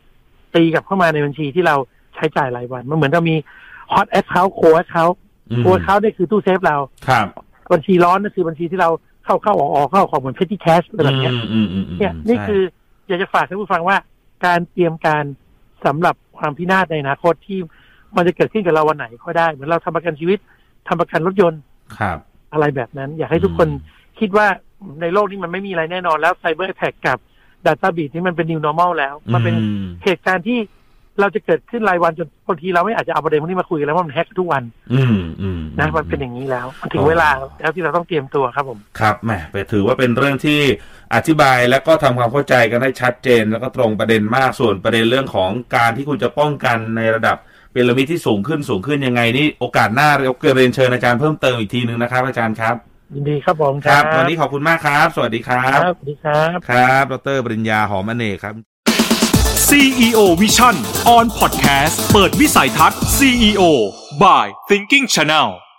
Speaker 3: ตีกลับเข้ามาในบัญชีที่เราใช้จ่ายรายวันมันเหมือนเรามีฮอตแอคเคาท์โคแอคเคาท์
Speaker 2: อืม
Speaker 3: โคแอคเคาท์นี่ยคือตู้เซฟเรา
Speaker 2: ครับ
Speaker 3: บัญชีร้อนนั่นคือบัญชีที่เราเข้าเข้าออกออกเข้าออกเหมือนเพชรที่แคชอะไรแบบเนี้ย
Speaker 2: อืมอืมอืม
Speaker 3: เนี่ย
Speaker 2: ม
Speaker 3: นี่
Speaker 2: ใช่
Speaker 3: คืออยากจะฝากท่านผู้ฟังว่า การเตรียมการสำหรับความพินาศในอนาคตที่มันจะเกิดขึ้นกับเราวันไหนก็ได้ เหมือนเราทำประกันชีวิตทำประกันรถยนต์
Speaker 2: ครับ
Speaker 3: อะไรแบบนั้น อยากให้ทุกคนคิดว่าในโลกนี้มันไม่มีอะไรแน่นอนแล้วไซเบอร์แท็กกับดัตต้าบีที่มันเป็น new normal แล้ว มันเป็น
Speaker 2: อื
Speaker 3: เหตุการณ์ที่เราจะเกิดขึ้นรายวันจนบางทีเราไม่อาจจะเอาประเด็นพวกนี้มาคุยกันแล้วว่ามันแฮกทุกวัน
Speaker 2: อืมอืม
Speaker 3: นะมันเป็นอย่างนี้แล้วมันถึงเวลาแล้วที่เราต้องเตรียมตัวครับผม
Speaker 2: ครับแหมไปถือว่าเป็นเรื่องที่อธิบายแล้วก็ทำความเข้าใจกันให้ชัดเจน แล้วก็ตรงประเด็นมากส่วนประเด็นเรื่องของการที่คุณจะป้องกันในระดับพีระมิดที่สูงขึ้นสูงขึ้นยังไงนี่โอกาสหน้าเราเรียนเชิญอาจารย์เพิ่มเติมอีกทีหนึ่งนะครับ อาจารย์ครับ
Speaker 3: ยินดีครับผม
Speaker 2: วันนี้ขอบคุณมากครับ สวัสดีครั
Speaker 3: ครับ บสวัสดีครับ
Speaker 2: ครับดรปริญญาหอมอเนกครับ
Speaker 1: CEO Vision on Podcast เปิดวิสัยทัศน์ CEO by Thinking Channel